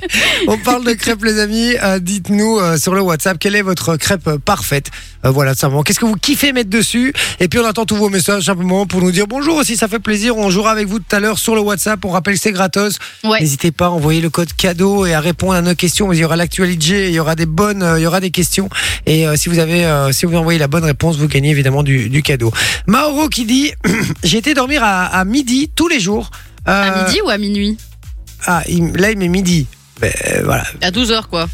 Speaker 2: <laughs>
Speaker 1: On parle de crêpes, les amis. Euh, Dites-nous euh, sur le WhatsApp quelle est votre crêpe euh, parfaite. Euh, voilà, tout simplement. Qu'est-ce que vous kiffez mettre dessus Et puis on attend tous vos messages simplement pour nous dire bonjour. Si ça fait plaisir, on jouera avec vous tout à l'heure sur le WhatsApp. On rappelle que c'est gratos.
Speaker 2: Ouais.
Speaker 1: N'hésitez pas à envoyer le code cadeau et à répondre à nos questions. Il y aura l'actualité, il y aura des bonnes, euh, il y aura des questions. Et euh, si vous avez, euh, si vous envoyez la bonne réponse, vous gagnez évidemment du, du cadeau. Mauro qui dit <clears throat> j'ai été dormir à, à midi tous les jours.
Speaker 2: À
Speaker 1: Euh,
Speaker 2: midi ou à minuit
Speaker 1: ah, il- là, il met midi. Ben, euh, voilà,
Speaker 3: <laughs> À 12h, quoi.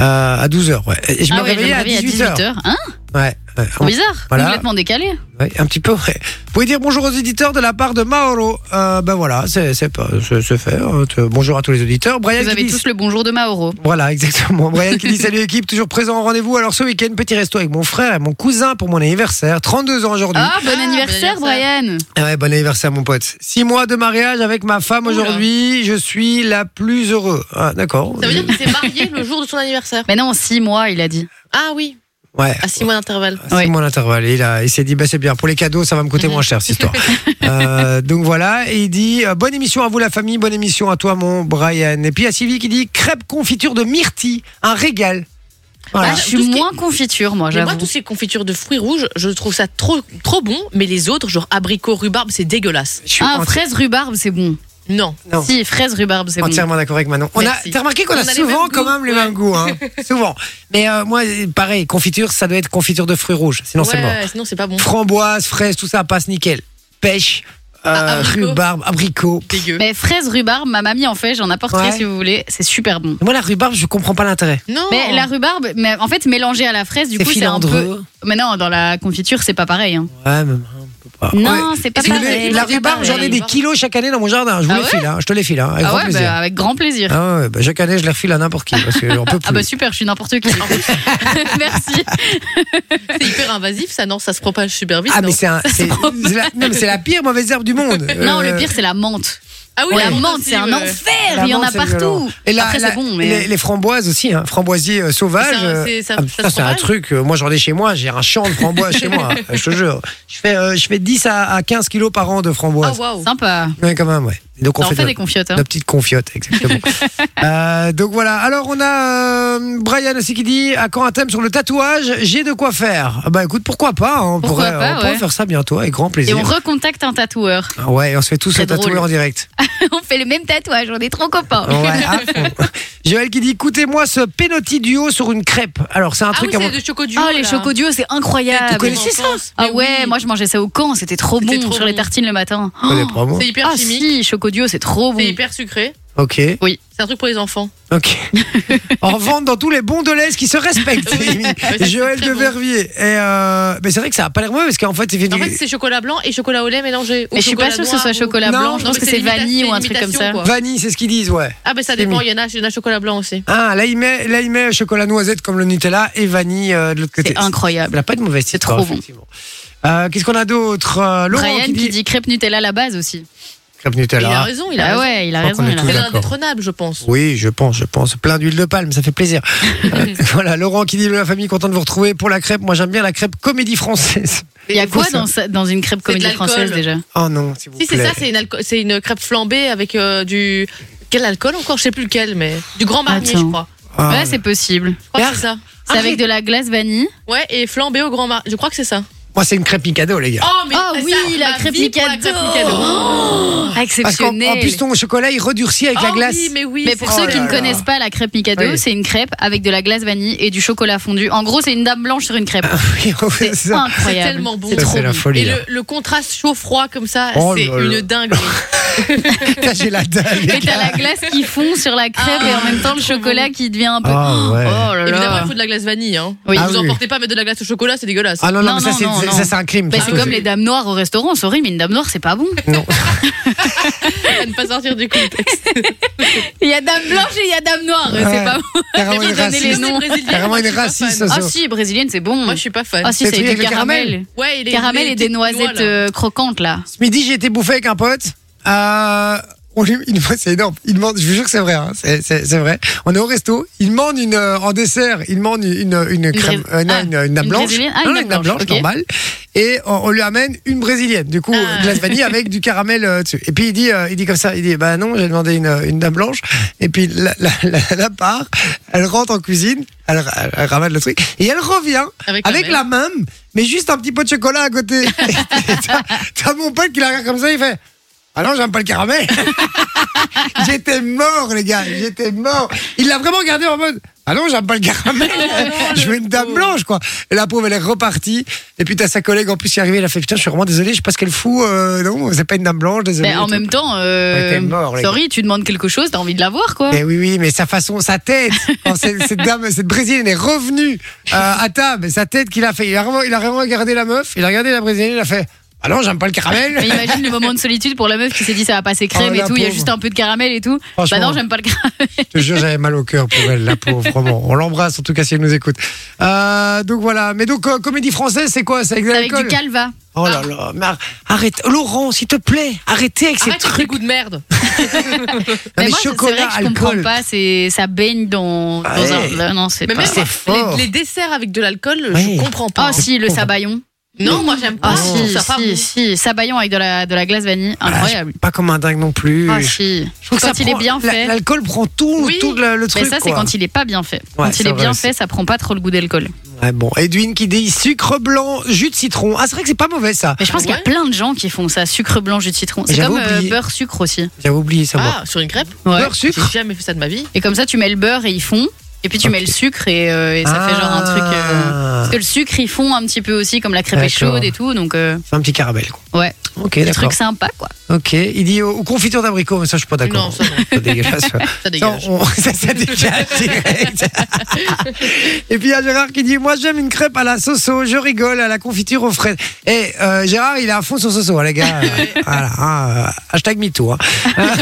Speaker 1: euh, à 18h, ouais. Et je me
Speaker 2: Ah ouais,
Speaker 1: réveillais à 18h.
Speaker 2: 18 heures. Hein
Speaker 1: Ouais, ouais,
Speaker 2: Trop bizarre.
Speaker 1: Voilà.
Speaker 2: Complètement décalé.
Speaker 1: ouais, un petit peu, ouais. Vous pouvez dire bonjour aux auditeurs de la part de Mauro. Euh, ben voilà, c'est c'est pas- c'est- c'est fait. hein. Bonjour à tous les auditeurs. Brian
Speaker 2: Vous
Speaker 1: qui
Speaker 2: avez
Speaker 1: dit-
Speaker 2: tous le bonjour de Mauro.
Speaker 1: Voilà, exactement. Brian qui dit salut équipe, toujours présent au rendez-vous. Alors ce week-end, petit resto avec mon frère et mon cousin pour mon anniversaire. 32 ans aujourd'hui.
Speaker 2: Ah, bon
Speaker 3: Ah,
Speaker 2: anniversaire,
Speaker 3: bon
Speaker 2: Brian.
Speaker 1: Ah Ouais, bon anniversaire mon pote. 6 mois de mariage avec ma femme
Speaker 3: Oula.
Speaker 1: aujourd'hui. Je suis la plus heureuse. Ah, d'accord.
Speaker 3: Ça veut dire qu'il s'est marié le jour de son anniversaire.
Speaker 2: Mais non, six mois, il a dit.
Speaker 3: Ah oui,
Speaker 1: Ouais.
Speaker 3: à 6 mois d'intervalle.
Speaker 1: C'est
Speaker 2: Ouais.
Speaker 1: mon intervalle. Il, a- il s'est dit, bah, c'est bien, pour les cadeaux, ça va me coûter moins cher cette histoire.
Speaker 3: Mm-hmm. <laughs>
Speaker 1: Euh, donc voilà, et il dit, euh, bonne émission à vous la famille, bonne émission à toi mon Brian. Et puis il y a Sylvie qui dit, crêpe confiture de myrtille, un régal. Voilà.
Speaker 2: Ah, je suis
Speaker 3: Tout ce qui-
Speaker 2: moins confiture, moi,
Speaker 3: Mais moi,
Speaker 2: j'avoue.
Speaker 3: toutes ces confitures de fruits rouges, je trouve ça trop, trop bon, mais les autres, genre abricot, rhubarbe, c'est dégueulasse.
Speaker 1: Je suis
Speaker 2: Ah,
Speaker 1: enti-
Speaker 2: fraise rhubarbe, c'est bon.
Speaker 3: Non.
Speaker 1: Non.
Speaker 2: Si, fraise rhubarbe, c'est bon.
Speaker 1: Entièrement d'accord avec Manon. On a,
Speaker 3: Merci.
Speaker 1: t'as remarqué qu'on
Speaker 3: On
Speaker 1: a,
Speaker 3: a les
Speaker 1: souvent
Speaker 3: mêmes
Speaker 1: quand
Speaker 3: goûts,
Speaker 1: même les
Speaker 3: ouais.
Speaker 1: mêmes goûts, hein. souvent. Mais euh, moi, pareil, confiture, ça doit être confiture de fruits rouges, sinon c'est
Speaker 3: Ouais,
Speaker 1: mort.
Speaker 3: Sinon,
Speaker 2: <laughs>
Speaker 3: c'est pas bon.
Speaker 1: Framboise, fraise, tout ça passe nickel. Pêche, euh,
Speaker 3: Ah, abricot.
Speaker 1: rhubarbe, abricot.
Speaker 3: Dégueu.
Speaker 2: Mais fraise rhubarbe, ma mamie en fait, j'en apporterai
Speaker 1: Ouais.
Speaker 2: si vous voulez, c'est super bon.
Speaker 1: Moi, la rhubarbe, je comprends pas l'intérêt.
Speaker 3: Non.
Speaker 2: Mais la rhubarbe, mais en fait, mélangée à la fraise, du
Speaker 1: C'est
Speaker 2: coup, c'est un peu.
Speaker 1: filandreux.
Speaker 2: Mais non, dans la confiture, c'est pas pareil. hein.
Speaker 1: Ouais, mais on peut pas. Ouais.
Speaker 2: Non, c'est pas
Speaker 1: Si vous voulez,
Speaker 2: pareil.
Speaker 1: la
Speaker 2: c'est
Speaker 1: rhubarbe,
Speaker 2: pareil.
Speaker 1: j'en ai des kilos chaque année dans mon jardin. Je vous
Speaker 2: Ah
Speaker 1: les
Speaker 2: ouais
Speaker 1: file, hein. je te les file, hein, avec
Speaker 2: Ah
Speaker 1: grand
Speaker 2: ouais, bah,
Speaker 1: plaisir.
Speaker 2: avec grand plaisir. Ah,
Speaker 1: Ah ouais, bah, chaque année, je les refile à n'importe qui parce que j'en peux plus.
Speaker 2: bah super, je suis
Speaker 1: <laughs>
Speaker 2: n'importe qui. Merci.
Speaker 3: C'est hyper invasif, ça, non Ça se propage super vite.
Speaker 1: Ah,
Speaker 3: non
Speaker 1: mais c'est un- c'est- c'est la, non, mais c'est la pire mauvaise herbe du monde.
Speaker 2: Non,
Speaker 1: Euh,
Speaker 2: le pire, c'est la menthe.
Speaker 3: ah oui,
Speaker 2: la
Speaker 3: menthe
Speaker 2: menthe, c'est un
Speaker 3: aussi, ouais.
Speaker 2: enfer.
Speaker 1: la
Speaker 2: Il y en
Speaker 1: menthe,
Speaker 2: a
Speaker 1: c'est violent.
Speaker 2: partout.
Speaker 1: Et la-
Speaker 2: Après,
Speaker 1: la-
Speaker 2: c'est bon, mais.
Speaker 1: les, les framboises aussi, hein, framboisiers euh, sauvages.
Speaker 3: Ça,
Speaker 1: euh,
Speaker 3: c'est- ça-
Speaker 1: ah,
Speaker 3: ça se
Speaker 1: putain, c'est un
Speaker 3: propage
Speaker 1: truc. euh, moi, j'en ai chez moi. J'ai un champ de framboises chez
Speaker 2: <laughs>
Speaker 1: moi. euh, Je te jure. Je fais, euh, je fais 10 à, à 15 kilos par an de
Speaker 3: Ah,
Speaker 1: framboises.
Speaker 3: waouh.
Speaker 2: Sympa.
Speaker 1: ouais, quand même, ouais. Et donc, on
Speaker 2: On
Speaker 1: fait,
Speaker 2: fait
Speaker 1: de-
Speaker 2: des confiottes. hein.
Speaker 1: La petite confiote,
Speaker 2: <laughs>
Speaker 1: exactement. Euh, donc voilà. Alors on a euh, Brian aussi qui dit à quand un thème sur le tatouage J'ai de quoi faire. Ah Bah écoute, pourquoi pas hein, On
Speaker 2: Pourquoi
Speaker 1: pourrait,
Speaker 2: pas,
Speaker 1: on pourrait
Speaker 2: ouais.
Speaker 1: faire ça bientôt avec grand
Speaker 2: Et
Speaker 1: plaisir.
Speaker 2: on recontacte un tatoueur. <laughs>
Speaker 1: Ah Ouais, et on se fait tous
Speaker 2: Très
Speaker 1: le tatouer
Speaker 2: drôle.
Speaker 1: en direct.
Speaker 2: on fait le même tatouage, on est trop copains.
Speaker 1: Ouais,
Speaker 2: <laughs>
Speaker 3: <laughs>
Speaker 1: à fond. Joël qui dit écoutez-moi ce Penotti duo sur une crêpe. Alors c'est un
Speaker 3: Ah oui,
Speaker 1: truc à
Speaker 3: c'est
Speaker 1: mon-
Speaker 3: de choco du
Speaker 2: Ah, les chocoduos, c'est incroyable.
Speaker 1: Vous connaissez ça
Speaker 2: Ah ouais, moi je mangeais ça au camp, c'était trop
Speaker 3: C'était
Speaker 2: bon
Speaker 3: trop
Speaker 2: sur les
Speaker 3: bon.
Speaker 2: tartines le matin.
Speaker 1: Pas des
Speaker 2: Oh,
Speaker 1: promos.
Speaker 3: C'est hyper
Speaker 2: ah
Speaker 3: chimique,
Speaker 2: si, chocoduo, c'est trop bon.
Speaker 3: c'est hyper sucré.
Speaker 1: Ok,
Speaker 3: C'est un truc pour les enfants.
Speaker 1: ok.
Speaker 3: <laughs>
Speaker 1: en vente dans tous les bons de l'Est qui se respectent.
Speaker 3: Oui. Ouais, ça,
Speaker 1: Joël
Speaker 3: <laughs> c'est très
Speaker 1: de
Speaker 3: bon.
Speaker 1: Verviers. Et euh, mais c'est vrai que ça a pas l'air mauvais parce qu'en fait, c'est fait
Speaker 3: En
Speaker 1: du-
Speaker 3: fait, c'est chocolat blanc et chocolat au lait mélangé. ou
Speaker 2: Mais je suis pas
Speaker 3: chocolat
Speaker 2: sûre que ce
Speaker 3: noir
Speaker 2: soit
Speaker 3: ou-
Speaker 2: chocolat
Speaker 1: Non,
Speaker 2: blanc, je
Speaker 1: non,
Speaker 2: pense
Speaker 3: mais
Speaker 2: que c'est
Speaker 3: une imita-
Speaker 2: vanille ou un
Speaker 3: une
Speaker 2: truc comme ça.
Speaker 3: imitation, quoi.
Speaker 1: vanille, c'est ce qu'ils disent, ouais.
Speaker 3: Ah, ben ça
Speaker 1: C'est
Speaker 3: dépend,
Speaker 1: mis.
Speaker 3: il y en a, il y en a chocolat blanc aussi.
Speaker 1: Ah, là, il met, là, il met chocolat noisette comme le Nutella et vanille euh, de l'autre côté.
Speaker 2: C'est incroyable.
Speaker 1: Il n'a pas de mauvaise C'est
Speaker 2: trop bon.
Speaker 1: Qu'est-ce qu'on a d'autre Euh, Laurent
Speaker 2: Brian
Speaker 1: qui dit,
Speaker 2: crêpe Nutella à la base aussi.
Speaker 1: crêpe
Speaker 3: Il a
Speaker 1: Nutella.
Speaker 3: raison, il a
Speaker 2: Ah
Speaker 3: raison.
Speaker 2: ouais, il a
Speaker 1: Je crois
Speaker 2: raison.
Speaker 1: qu'on est
Speaker 2: il
Speaker 1: tous
Speaker 2: a
Speaker 3: C'est
Speaker 2: raison.
Speaker 1: d'accord.
Speaker 3: indétrônable, je pense.
Speaker 1: Oui, je pense, je pense. Plein d'huile de palme, ça fait
Speaker 2: <laughs>
Speaker 1: plaisir. Euh, voilà, Laurent qui dit la famille content de vous retrouver pour la crêpe. Moi, j'aime bien la crêpe comédie française. <laughs>
Speaker 2: Il y a
Speaker 1: Faut
Speaker 2: quoi
Speaker 1: ça.
Speaker 2: dans, sa- dans une crêpe
Speaker 3: C'est de
Speaker 2: comédie française
Speaker 3: l'alcool.
Speaker 2: déjà
Speaker 1: Oh non, s'il vous
Speaker 3: Si, c'est
Speaker 1: plaît.
Speaker 3: ça, c'est une, alco- c'est une crêpe flambée avec euh, du. Quel alcool encore Je sais plus lequel, mais. Du grand marnier,
Speaker 2: Attends.
Speaker 3: je crois.
Speaker 1: Ah,
Speaker 2: Ouais, c'est possible.
Speaker 3: Je crois que c'est ça.
Speaker 2: C'est avec de la glace vanille.
Speaker 3: Ouais, et flambé au grand marnier. Je crois que c'est ça.
Speaker 1: Moi, c'est une crêpe Mikado, les gars.
Speaker 3: Oh,
Speaker 2: Ah
Speaker 3: ça,
Speaker 2: oui, la
Speaker 3: ma
Speaker 2: crêpe
Speaker 3: vie pour la
Speaker 2: Mikado.
Speaker 3: crêpe Mikado.
Speaker 2: Oh,
Speaker 1: Parce qu'en
Speaker 2: Exceptionnel. Ah
Speaker 1: en plus, ton chocolat, il redurcit avec la
Speaker 3: Oh
Speaker 1: glace.
Speaker 3: Oui, mais oui.
Speaker 2: Mais
Speaker 3: c'est
Speaker 2: pour ceux
Speaker 3: vrai.
Speaker 2: qui
Speaker 1: là
Speaker 2: ne
Speaker 1: Oh là.
Speaker 2: connaissent pas la crêpe Mikado,
Speaker 1: Oui.
Speaker 2: c'est une crêpe avec de la glace vanille et du chocolat fondu. En gros, c'est une dame blanche sur une crêpe.
Speaker 1: <laughs> Oui, Ah, c'est
Speaker 2: C'est
Speaker 1: ça.
Speaker 2: incroyable.
Speaker 3: C'est tellement bon.
Speaker 2: C'est
Speaker 1: Ça,
Speaker 2: trop
Speaker 1: c'est la
Speaker 2: bon.
Speaker 1: folie.
Speaker 3: Et
Speaker 1: là.
Speaker 3: le, le contraste chaud-froid comme ça,
Speaker 1: Oh
Speaker 3: c'est
Speaker 1: là Oh là.
Speaker 3: une dinguerie.
Speaker 1: Putain, J'ai la
Speaker 2: <laughs>
Speaker 1: dalle. les
Speaker 2: Et t'as la glace qui fond sur la crêpe
Speaker 3: Ah,
Speaker 2: et en même temps le chocolat qui devient un peu.
Speaker 1: Ah, ouais.
Speaker 2: Oh là
Speaker 3: Évidemment, il
Speaker 2: là.
Speaker 3: faut de la glace vanille. Hein.
Speaker 2: Oui.
Speaker 1: Ah
Speaker 3: Vous
Speaker 1: oui.
Speaker 3: en portez pas, mais de la glace au chocolat, c'est dégueulasse.
Speaker 1: Ah non, non,
Speaker 2: Non,
Speaker 1: mais ça,
Speaker 2: non,
Speaker 1: c'est-
Speaker 2: non,
Speaker 1: c'est
Speaker 2: non.
Speaker 1: ça, c'est un crime.
Speaker 2: Mais
Speaker 1: ça,
Speaker 2: Bah, c'est comme les dames noires au restaurant, sorry, mais une dame noire c'est pas bon.
Speaker 1: Non.
Speaker 3: À ne pas sortir du contexte.
Speaker 2: <laughs> Il y a dame blanche et il y a dame noire,
Speaker 1: Ouais.
Speaker 2: c'est pas bon.
Speaker 1: T'as <laughs>
Speaker 2: <laughs>
Speaker 1: vraiment
Speaker 2: J'ai
Speaker 1: une
Speaker 2: donné les
Speaker 1: raciste.
Speaker 2: noms.
Speaker 3: Comme les Brésiliennes,
Speaker 1: T'as vraiment
Speaker 3: moi,
Speaker 1: une
Speaker 3: je suis pas
Speaker 1: raciste,
Speaker 3: fan.
Speaker 1: ça.
Speaker 2: Ah si, brésilienne c'est bon.
Speaker 3: Moi, je suis pas fan.
Speaker 2: Ah si,
Speaker 1: C'est
Speaker 2: c'est
Speaker 1: le
Speaker 2: avec
Speaker 1: truc
Speaker 2: du
Speaker 1: avec le caramel.
Speaker 2: caramel.
Speaker 3: Ouais, et les-
Speaker 2: Caramel
Speaker 3: les
Speaker 2: et des
Speaker 3: petites noix, là.
Speaker 2: noisettes euh, croquantes là.
Speaker 1: Ce midi, j'ai été bouffé avec un pote. Euh, on lui, il- c'est énorme. Il demande, je vous jure que c'est vrai, hein, c'est, c'est- c'est vrai. On est au resto. Il demande une, euh, en dessert, il demande une, une, une crème,
Speaker 2: brés-
Speaker 1: euh, non,
Speaker 2: ah,
Speaker 1: une, une nappe
Speaker 2: une
Speaker 1: blanche.
Speaker 2: brésilienne Ah,
Speaker 1: Non,
Speaker 2: une
Speaker 1: non,
Speaker 2: nappe blanche, ok.
Speaker 1: normale. Et on, on lui amène une brésilienne. Du coup,
Speaker 3: Ah.
Speaker 1: glace vanille avec du caramel euh, dessus. Et puis il dit, euh, il dit comme ça, il dit, bah non, j'ai demandé une, une nappe blanche. Et puis la, la, la, la part, elle rentre en cuisine, elle, elle- elle ramène le truc et elle revient
Speaker 3: Avec,
Speaker 1: avec la même, mais juste un petit peu de chocolat à côté. <laughs> Et t'as- T'as mon pote qui la regarde comme ça, il fait. Ah non, j'aime pas le <laughs> caramel. J'étais mort, les gars. J'étais mort. Il l'a vraiment regardé en mode. Allons, j'aime pas le caramel. <laughs>
Speaker 2: Ah
Speaker 1: je veux une dame blanche, quoi. Et la pauvre, elle est repartie. Et puis, t'as sa collègue en plus qui est arrivée. Elle a fait Putain, je suis vraiment désolé, je sais pas ce qu'elle fout. euh, non, c'est pas une dame blanche, désolé.
Speaker 2: Mais Ben, en même temps,
Speaker 1: Ouais, t'es
Speaker 2: euh,
Speaker 1: mort, les gars.
Speaker 2: sorry, tu demandes quelque chose, t'as envie de l'avoir, quoi.
Speaker 1: Mais oui, oui, mais sa façon, sa tête. Quand cette, cette dame, cette brésilienne est revenue euh, à table, sa tête qu'il a fait. Il a, vraiment, il a vraiment regardé la meuf, il a regardé la brésilienne, il a fait Ah non, j'aime pas le caramel.
Speaker 2: Mais imagine le moment de solitude pour la meuf qui s'est dit ça va passer crème
Speaker 1: Oh,
Speaker 2: et
Speaker 1: la
Speaker 2: tout, il y a
Speaker 1: pauvre.
Speaker 2: juste un peu de caramel et tout. Bah
Speaker 1: Franchement.
Speaker 2: non, j'aime pas
Speaker 1: <laughs>
Speaker 2: le caramel.
Speaker 1: Je te jure, j'avais mal au cœur pour elle, la pauvre, vraiment. On l'embrasse, en tout cas, si elle nous écoute. Euh, donc voilà. Mais donc, euh, comédie française, c'est quoi C'est avec de
Speaker 2: Avec du
Speaker 1: l'alcool
Speaker 2: calva.
Speaker 1: Oh là là, mais ar- arrête. Laurent, s'il te plaît, arrêtez avec ces
Speaker 3: Arrête
Speaker 1: trucs.
Speaker 3: trucs goût de merde.
Speaker 1: Non, mais
Speaker 2: Mais moi, c'est c'est vrai
Speaker 1: chocolat,
Speaker 2: que je comprends
Speaker 1: alcool. Ah,
Speaker 2: pas, c'est- ça baigne dans, dans
Speaker 1: Ouais.
Speaker 2: un. là, Non, c'est
Speaker 3: Mais
Speaker 2: pas.
Speaker 3: même
Speaker 1: c'est
Speaker 3: les-
Speaker 1: fort.
Speaker 3: les, les desserts avec de l'alcool,
Speaker 1: Ouais.
Speaker 3: je comprends pas.
Speaker 2: Ah
Speaker 1: Oh.
Speaker 2: si, le sabayon.
Speaker 3: Non, moi j'aime pas.
Speaker 2: Ah
Speaker 3: je trouve
Speaker 2: si,
Speaker 3: ça pas
Speaker 2: si,
Speaker 3: bon.
Speaker 2: si, sabayon avec de la, de la glace vanille, incroyable.
Speaker 1: Pas comme un dingue non plus.
Speaker 2: Ah si.
Speaker 1: Ah, Je trouve que
Speaker 2: quand
Speaker 1: ça
Speaker 2: il est
Speaker 1: prend-
Speaker 2: bien
Speaker 1: la-
Speaker 2: fait.
Speaker 1: L'alcool prend tout,
Speaker 3: Oui,
Speaker 1: tout le, le truc.
Speaker 2: Mais ça, c'est
Speaker 1: quoi.
Speaker 2: quand il est pas bien fait. quand
Speaker 1: c'est
Speaker 2: il est
Speaker 1: vrai
Speaker 2: bien
Speaker 1: aussi.
Speaker 2: fait, ça prend pas trop le goût d'alcool.
Speaker 1: Ouais, bon, Edwin qui dit sucre blanc, jus de citron. Ah, c'est vrai que c'est pas mauvais ça.
Speaker 2: Mais je pense qu'il y a
Speaker 3: Ah Ouais.
Speaker 2: plein de gens qui font ça, sucre blanc, jus de citron. C'est
Speaker 1: j'avais
Speaker 2: comme euh,
Speaker 1: oublié.
Speaker 2: beurre sucre aussi.
Speaker 1: J'avais oublié ça. moi.
Speaker 3: Ah, sur une crêpe
Speaker 2: Ouais.
Speaker 1: Beurre
Speaker 3: J'ai
Speaker 1: sucre.
Speaker 3: jamais fait ça de ma vie.
Speaker 2: Et comme ça, tu mets le beurre et ils font. Et puis tu mets
Speaker 1: Ok.
Speaker 2: le sucre et, euh, et ça fait genre un truc. euh,
Speaker 1: Ah,
Speaker 2: Parce que le sucre, ils font un petit peu aussi, comme la crêpe est
Speaker 1: D'accord.
Speaker 2: chaude et tout. Donc, euh,
Speaker 1: C'est un petit caramel. Quoi.
Speaker 2: ouais,
Speaker 1: Ok,
Speaker 2: des
Speaker 1: d'accord.
Speaker 2: trucs sympas, quoi.
Speaker 1: Ok, il dit au, au confiture d'abricot, mais ça je suis pas d'accord.
Speaker 3: Non, ça,
Speaker 1: <laughs>
Speaker 3: non.
Speaker 1: Ça dégueulasse. ouais.
Speaker 3: Ça dégage.
Speaker 1: Ça, on- <laughs> ça, ça dégage direct. Et puis il y a Gérard qui dit Moi j'aime une crêpe à la soso, je rigole, à la confiture aux fraises. Et euh, Gérard, il est à fond sur soso, hein, les gars. voilà, hein, euh, hashtag MeToo. hein.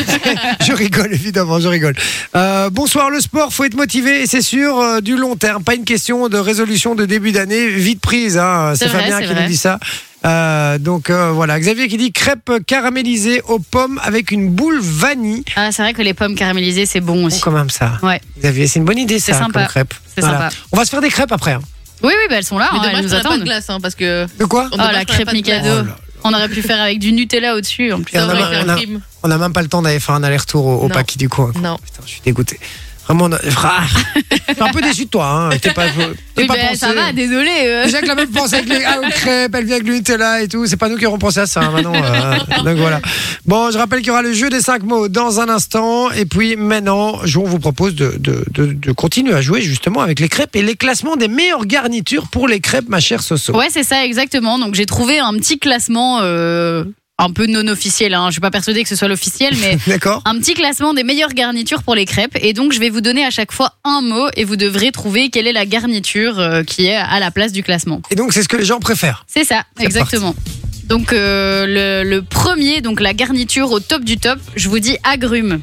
Speaker 1: <laughs> je rigole, évidemment, je rigole. Euh, bonsoir, le sport, faut être motivé et c'est sûr, euh, du long terme. Pas une question de résolution de début d'année, vite prise. hein. C'est
Speaker 2: C'est vrai,
Speaker 1: Fabien
Speaker 2: c'est
Speaker 1: qui nous
Speaker 2: vrai.
Speaker 1: dit ça. Euh, donc euh, voilà, Xavier qui dit crêpe caramélisée aux pommes avec une boule vanille.
Speaker 2: Ah, c'est vrai que les pommes caramélisées, c'est bon
Speaker 1: Bon,
Speaker 2: aussi.
Speaker 1: quand même ça.
Speaker 2: Ouais.
Speaker 1: Xavier, c'est une bonne idée
Speaker 2: C'est
Speaker 1: ça
Speaker 2: sympa.
Speaker 1: comme crêpe.
Speaker 2: C'est sympa.
Speaker 1: On va se faire des crêpes après. hein.
Speaker 2: Oui, oui, bah, elles sont là,
Speaker 3: Mais
Speaker 2: hein, elles
Speaker 3: dommage qu'on
Speaker 2: nous
Speaker 3: n'a pas de
Speaker 2: attendent.
Speaker 3: glace, hein, parce que.
Speaker 1: De quoi
Speaker 2: Oh, la
Speaker 3: dommage qu'on n'a
Speaker 2: crêpe
Speaker 3: pas de glace.
Speaker 2: Mikado.
Speaker 1: Oh là
Speaker 2: On aurait pu faire avec du Nutella au-dessus, en plus.
Speaker 1: Et
Speaker 3: Ça
Speaker 1: on a-
Speaker 3: aurait été
Speaker 1: on
Speaker 3: un
Speaker 1: a-
Speaker 3: crime.
Speaker 1: On n'a même pas le temps d'aller faire un aller-retour au, au
Speaker 3: Non.
Speaker 1: paquet du coin. quoi.
Speaker 3: Non.
Speaker 1: Putain, je suis dégoûté. Vraiment, on <laughs> a- Ah, je suis un peu déçu de toi. Hein. Je t'ai pas, je t'ai
Speaker 2: Oui,
Speaker 1: pas
Speaker 2: bah, ça
Speaker 1: pensé.
Speaker 2: va, désolé. euh.
Speaker 1: Déjà que la meuf pensait avec les, ah, aux crêpes, elle vient avec le Nutella et tout. C'est pas nous qui aurons pensé à ça hein, maintenant. euh, <laughs> donc voilà. Bon, je rappelle qu'il y aura le jeu des 5 mots dans un instant. Et puis maintenant, je- on vous propose de, de- de- de continuer à jouer justement avec les crêpes et les classements des meilleures garnitures pour les crêpes, ma chère Soso.
Speaker 2: Ouais, c'est ça, exactement. Donc j'ai trouvé un petit classement euh, un peu non officiel. Hein. Je suis pas persuadée que ce soit l'officiel, mais
Speaker 1: D'accord
Speaker 2: un petit classement des meilleures garnitures pour les crêpes. Et donc je vais vous donner à chaque fois un mot et vous devrez trouver quelle est la garniture euh, qui est à la place du classement.
Speaker 1: Et donc, c'est ce que les gens préfèrent.
Speaker 2: C'est ça,
Speaker 1: C'est
Speaker 2: exactement. Donc euh, le, le premier, donc la garniture au top du top, je vous dis agrumes.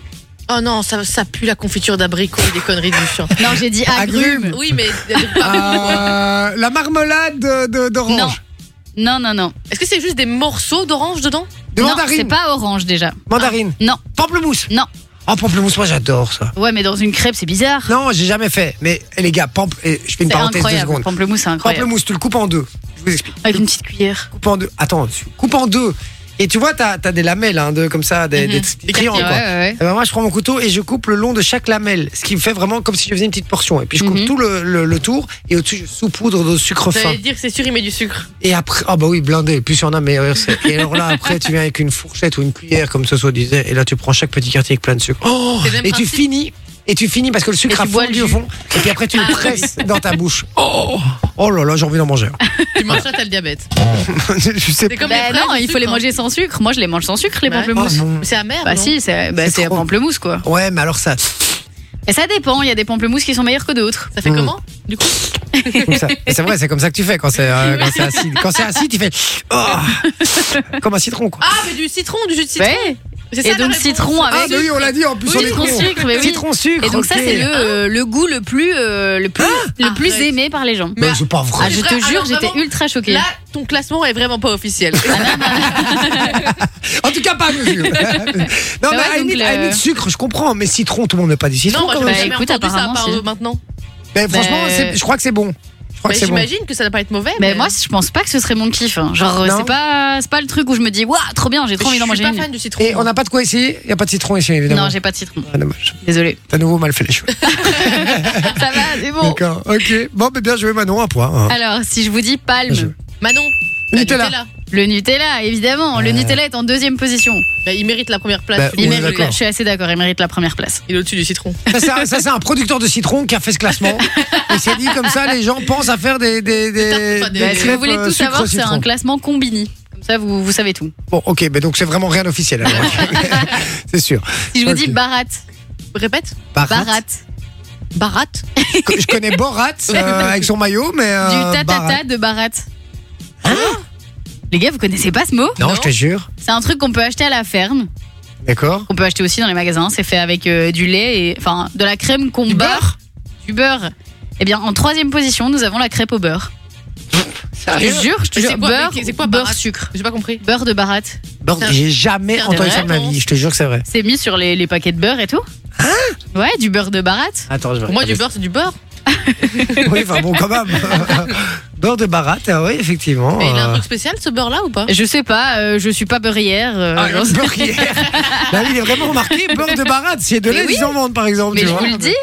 Speaker 3: Oh non, ça, ça pue la confiture d'abricot et des conneries du
Speaker 2: <laughs>
Speaker 3: chien.
Speaker 2: Non, j'ai dit agrumes.
Speaker 1: <laughs> Agrumes.
Speaker 3: Oui, mais.
Speaker 1: Euh, la marmelade de- de- d'orange.
Speaker 2: Ah. Non, non, non.
Speaker 3: Est-ce que c'est juste des morceaux d'orange dedans
Speaker 1: De
Speaker 2: non, c'est
Speaker 1: mandarine.
Speaker 2: pas orange déjà.
Speaker 1: Mandarine.
Speaker 2: Non,
Speaker 1: Pamplemousse.
Speaker 2: non.
Speaker 1: Oh, pamplemousse, moi j'adore ça.
Speaker 2: Ouais, mais dans une crêpe, c'est bizarre.
Speaker 1: Non, j'ai jamais fait. Mais eh, les gars, pample... eh, je fais une
Speaker 2: C'est
Speaker 1: parenthèse de
Speaker 2: incroyable.
Speaker 1: secondes.
Speaker 2: Pamplemousse, c'est incroyable.
Speaker 1: Pamplemousse, tu le coupes en deux. Je vous explique.
Speaker 2: Avec une petite cuillère.
Speaker 1: Coupe en deux. Attends, tu coupes en deux. Et tu vois, t'as as des lamelles, hein, de, comme ça, des,
Speaker 3: Mhm.
Speaker 1: des
Speaker 3: Des
Speaker 1: triangles.
Speaker 2: Ouais,
Speaker 1: quoi.
Speaker 2: ouais, ouais.
Speaker 1: Eh ben, moi, je prends mon couteau et je coupe le long de chaque lamelle, ce qui me fait vraiment comme si je faisais une petite portion. Et puis je coupe
Speaker 2: Mhm.
Speaker 1: tout le, le- le tour et au-dessus, je saupoudre de sucre fin.
Speaker 3: J'allais dire, c'est sûr, il met du sucre.
Speaker 1: Et après, ah bah oui, blindé, plus il y en a, meilleur c'est. Et alors là, après, tu viens avec une fourchette ou une cuillère, comme ce soit disait, et là, tu prends chaque petit quartier avec plein de sucre. Oh
Speaker 3: C'est le même
Speaker 1: et tu
Speaker 3: principe.
Speaker 1: finis, et tu finis parce que le sucre
Speaker 3: Et
Speaker 1: a
Speaker 3: tu bois le
Speaker 1: fondu au
Speaker 3: jus.
Speaker 1: fond, et puis après, tu le presses dans ta bouche. Oh, oh là là, j'ai envie d'en manger. un.
Speaker 3: Tu manges ça, t'as le diabète.
Speaker 1: je sais
Speaker 3: C'est
Speaker 1: pas.
Speaker 3: comme
Speaker 2: Bah
Speaker 3: les fraises
Speaker 2: non,
Speaker 3: du
Speaker 2: il faut les
Speaker 3: sucre, hein.
Speaker 2: manger sans sucre. Moi, je les mange sans sucre, les
Speaker 3: Ouais.
Speaker 2: pamplemousses.
Speaker 1: Oh, non.
Speaker 3: C'est amer.
Speaker 2: Bah
Speaker 3: non
Speaker 2: si, c'est bah,
Speaker 1: C'est
Speaker 2: c'est
Speaker 1: trop.
Speaker 2: pamplemousse quoi.
Speaker 1: Ouais, mais alors ça,
Speaker 2: Et ça dépend, il y a des pamplemousses qui sont meilleurs que d'autres.
Speaker 3: Ça fait
Speaker 1: Mm.
Speaker 3: comment Du coup,
Speaker 1: comme ça. Et c'est vrai, c'est comme ça que tu fais quand c'est euh, quand c'est acide. Quand c'est acide, tu fais oh, comme un citron, quoi.
Speaker 3: ah, mais du citron, du jus de citron.
Speaker 2: Ouais.
Speaker 3: C'est
Speaker 2: Et
Speaker 3: ça, la
Speaker 2: donc
Speaker 3: réponse.
Speaker 2: citron
Speaker 1: Ah,
Speaker 2: avec
Speaker 1: mais oui, on l'a dit en plus,
Speaker 2: Oui,
Speaker 1: on est
Speaker 2: citron
Speaker 1: con.
Speaker 2: sucre, mais oui.
Speaker 1: Citron sucre.
Speaker 2: Et donc ça
Speaker 1: ok.
Speaker 2: c'est le euh, le goût le plus euh, le plus le plus
Speaker 3: arrête.
Speaker 2: aimé par les gens.
Speaker 1: Mais c'est pas vrai.
Speaker 2: Ah, je
Speaker 3: C'est
Speaker 2: te
Speaker 3: vrai,
Speaker 2: jure,
Speaker 3: alors
Speaker 2: j'étais
Speaker 3: vraiment,
Speaker 2: ultra choquée.
Speaker 3: Là, ton classement est vraiment pas
Speaker 2: <laughs>
Speaker 3: officiel.
Speaker 1: En tout cas, pas à nos yeux. non, mais
Speaker 2: ouais,
Speaker 1: à la
Speaker 2: donc
Speaker 1: limite-
Speaker 2: le-
Speaker 1: à la limite, sucre, je comprends, mais citron, tout le monde n'est pas du citron.
Speaker 3: non, moi,
Speaker 1: quand
Speaker 3: je
Speaker 1: même.
Speaker 3: n'ai
Speaker 2: Bah,
Speaker 3: jamais
Speaker 2: écoute,
Speaker 3: entendu ça à
Speaker 2: apparemment,
Speaker 3: part
Speaker 2: si.
Speaker 3: euh, maintenant.
Speaker 1: Mais franchement,
Speaker 2: Mais-
Speaker 1: c'est- je crois que c'est bon. Je crois
Speaker 3: Bah,
Speaker 1: que Oh, c'est bon.
Speaker 3: J'imagine que ça n'a pas être mauvais.
Speaker 2: Mais moi je pense pas que ce serait mon kiff. hein. Genre euh,
Speaker 1: Non.
Speaker 2: c'est pas c'est pas le truc où je me dis waouh trop bien, j'ai trop envie d'en
Speaker 3: je suis
Speaker 2: manger
Speaker 3: pas
Speaker 2: une.
Speaker 3: fan du citron.
Speaker 1: Et on n'a pas de quoi essayer Il n'y a pas de citron ici, évidemment.
Speaker 2: Non, j'ai pas de citron.
Speaker 1: Ah, dommage.
Speaker 2: Désolée.
Speaker 1: T'as nouveau mal fait les cheveux.
Speaker 2: Ça va, c'est bon.
Speaker 1: D'accord, ok. Bon, mais bien joué, Manon, un point. hein.
Speaker 2: Alors, si je vous dis
Speaker 1: Bien joué.
Speaker 2: palme.
Speaker 3: Manon,
Speaker 1: Nutella.
Speaker 3: Nutella.
Speaker 2: Le Nutella, évidemment. Le Nutella est en deuxième position.
Speaker 3: Bah, il mérite la première place.
Speaker 1: Bah,
Speaker 3: il,
Speaker 1: on est
Speaker 3: mérite
Speaker 1: d'accord.
Speaker 2: Je suis assez d'accord, il mérite la première place.
Speaker 3: il est au-dessus du citron.
Speaker 1: Ça,
Speaker 3: <laughs>
Speaker 1: c'est- ça, c'est un producteur de citron qui a fait ce classement. Il s'est dit comme ça, les gens pensent à faire des. des, des,
Speaker 3: tartes, pas des-
Speaker 1: des
Speaker 3: Bah,
Speaker 2: si vous voulez
Speaker 1: crêpes, euh,
Speaker 2: tout
Speaker 1: sucre
Speaker 2: savoir, c'est
Speaker 1: citron.
Speaker 2: un classement combini. Comme ça, vous, vous savez tout.
Speaker 1: Bon, ok, mais donc c'est vraiment rien d'officiel. alors.
Speaker 2: <laughs>
Speaker 1: c'est sûr.
Speaker 2: Si je vous
Speaker 1: Ok.
Speaker 2: dis Barat,
Speaker 3: Répète.
Speaker 1: Barat.
Speaker 2: Barat,
Speaker 3: Barat.
Speaker 1: Co- Je connais Borat
Speaker 2: <laughs>
Speaker 1: euh, avec son maillot, mais. euh,
Speaker 2: du
Speaker 1: Barat.
Speaker 2: tatata de Barat. Les gars, vous connaissez pas ce mot
Speaker 1: Non,
Speaker 3: Non.
Speaker 1: je te jure.
Speaker 2: C'est un truc qu'on peut acheter à la ferme,
Speaker 1: D'accord.
Speaker 2: qu'on peut acheter aussi dans les magasins. C'est fait avec euh, du lait et enfin de la crème qu'on
Speaker 3: Du
Speaker 2: beurre,
Speaker 3: beurre
Speaker 2: du beurre. Eh bien, en troisième position, nous avons la crêpe au beurre. Je te jure, je te
Speaker 3: Ah, euh, C'est
Speaker 2: jure,
Speaker 3: quoi,
Speaker 2: beurre,
Speaker 3: mais c'est quoi,
Speaker 2: beurre
Speaker 3: Barat
Speaker 2: sucre,
Speaker 3: J'ai pas compris.
Speaker 2: beurre de Barat.
Speaker 1: Bon,
Speaker 3: C'est un-
Speaker 1: j'ai jamais
Speaker 3: c'est un
Speaker 1: entendu
Speaker 3: vrai
Speaker 1: ça de ma
Speaker 3: nom.
Speaker 1: vie, je te jure que c'est vrai.
Speaker 2: C'est mis sur les, les paquets de beurre et tout. ouais, du beurre de Barat.
Speaker 1: Attends, je vais.
Speaker 3: Pour moi, du
Speaker 1: regarder
Speaker 3: beurre, c'est du beurre.
Speaker 1: ça. Oui, enfin bon, quand même.
Speaker 3: <laughs>
Speaker 1: beurre de Barat, ah oui, effectivement.
Speaker 3: Mais il a un
Speaker 1: euh,
Speaker 3: truc spécial, ce beurre-là, ou pas
Speaker 1: Hein
Speaker 2: Je sais pas, euh, je suis pas beurrière. euh,
Speaker 1: Ah,
Speaker 2: j'en
Speaker 1: le
Speaker 2: sais-
Speaker 1: beurre
Speaker 3: <laughs>
Speaker 1: qui est- Là, il est vraiment remarqué, beurre de Barat. S'il y a de
Speaker 2: Mais
Speaker 1: lait,
Speaker 2: oui.
Speaker 1: ils en vendent, par exemple.
Speaker 2: mais
Speaker 1: tu
Speaker 2: je
Speaker 1: vois.
Speaker 2: vous le dis,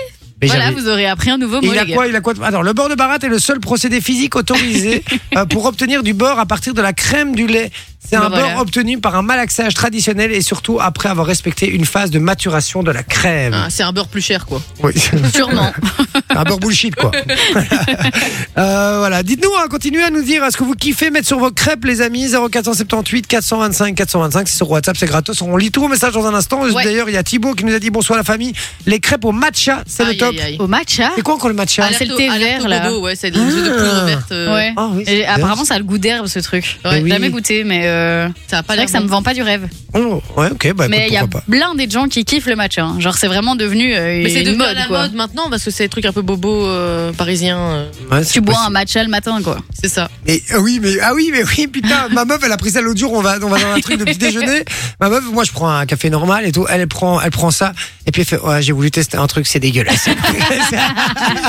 Speaker 1: Mais
Speaker 2: voilà,
Speaker 1: j'avais-
Speaker 2: vous aurez appris un nouveau
Speaker 1: Et
Speaker 2: mot,
Speaker 1: il a
Speaker 2: les gars.
Speaker 1: quoi Il a quoi de- Alors, le beurre de Barat est le seul procédé physique
Speaker 3: <laughs>
Speaker 1: autorisé euh, pour obtenir du beurre à partir de la crème du lait. C'est
Speaker 2: Bah
Speaker 1: un
Speaker 2: voilà.
Speaker 1: beurre obtenu par un malaxage traditionnel et surtout après avoir respecté une phase de maturation de la crème.
Speaker 3: Ah, C'est un beurre plus cher, quoi.
Speaker 1: Oui,
Speaker 2: Sûrement.
Speaker 1: un beurre bullshit
Speaker 2: <laughs>
Speaker 1: quoi. Euh, voilà, dites-nous, hein, continuez à nous dire est ce que vous kiffez mettre sur vos crêpes, les amis. 0478 425 425, c'est sur WhatsApp, c'est gratos. On lit tous vos messages dans un instant.
Speaker 2: Ouais.
Speaker 1: D'ailleurs, il y a Thibaut qui nous a dit bonsoir la famille. Les crêpes au matcha, c'est le
Speaker 3: Aïe,
Speaker 1: top.
Speaker 3: aïe, aïe.
Speaker 2: Au matcha
Speaker 1: C'est quoi encore le matcha
Speaker 2: Ah, c'est le thé
Speaker 3: Alerte
Speaker 2: vert,
Speaker 3: au- alerte au
Speaker 2: là.
Speaker 3: bobo, Ouais, c'est des espèces de poudre
Speaker 1: Ah.
Speaker 3: verte. euh,
Speaker 2: Ouais.
Speaker 1: Ah oui,
Speaker 2: Et
Speaker 1: c'est
Speaker 2: apparemment, ça a le goût d'herbe ce truc.
Speaker 1: Mais
Speaker 2: J'ai
Speaker 1: oui.
Speaker 2: Jamais goûté, mais euh,
Speaker 3: Ça a
Speaker 2: c'est
Speaker 3: pas
Speaker 2: vrai
Speaker 3: l'air
Speaker 2: que ça
Speaker 3: bon.
Speaker 2: me vend pas du rêve.
Speaker 1: Oh, ouais, ok, bah
Speaker 2: mais il
Speaker 1: écoute,
Speaker 2: y a
Speaker 1: pourquoi
Speaker 2: plein des gens qui kiffent le matcha. hein. Genre, c'est vraiment devenu euh,
Speaker 3: Mais c'est
Speaker 2: une
Speaker 3: devenu à
Speaker 2: mode,
Speaker 3: la
Speaker 2: quoi.
Speaker 3: mode maintenant parce que c'est des trucs un peu bobo euh, parisiens. euh,
Speaker 1: pas. Ouais, c'est
Speaker 2: Tu bois un
Speaker 1: possible.
Speaker 2: matcha le matin, quoi.
Speaker 3: c'est ça.
Speaker 1: Mais, ah oui, mais ah oui, mais oui, putain, ma meuf, elle a pris ça l'autre jour. On va, on va dans un truc de petit déjeuner. Ma meuf, moi, je prends un café normal et tout. Elle, elle prend, elle prend ça. Et puis elle fait, ouais, j'ai voulu tester un truc, c'est dégueulasse. <laughs>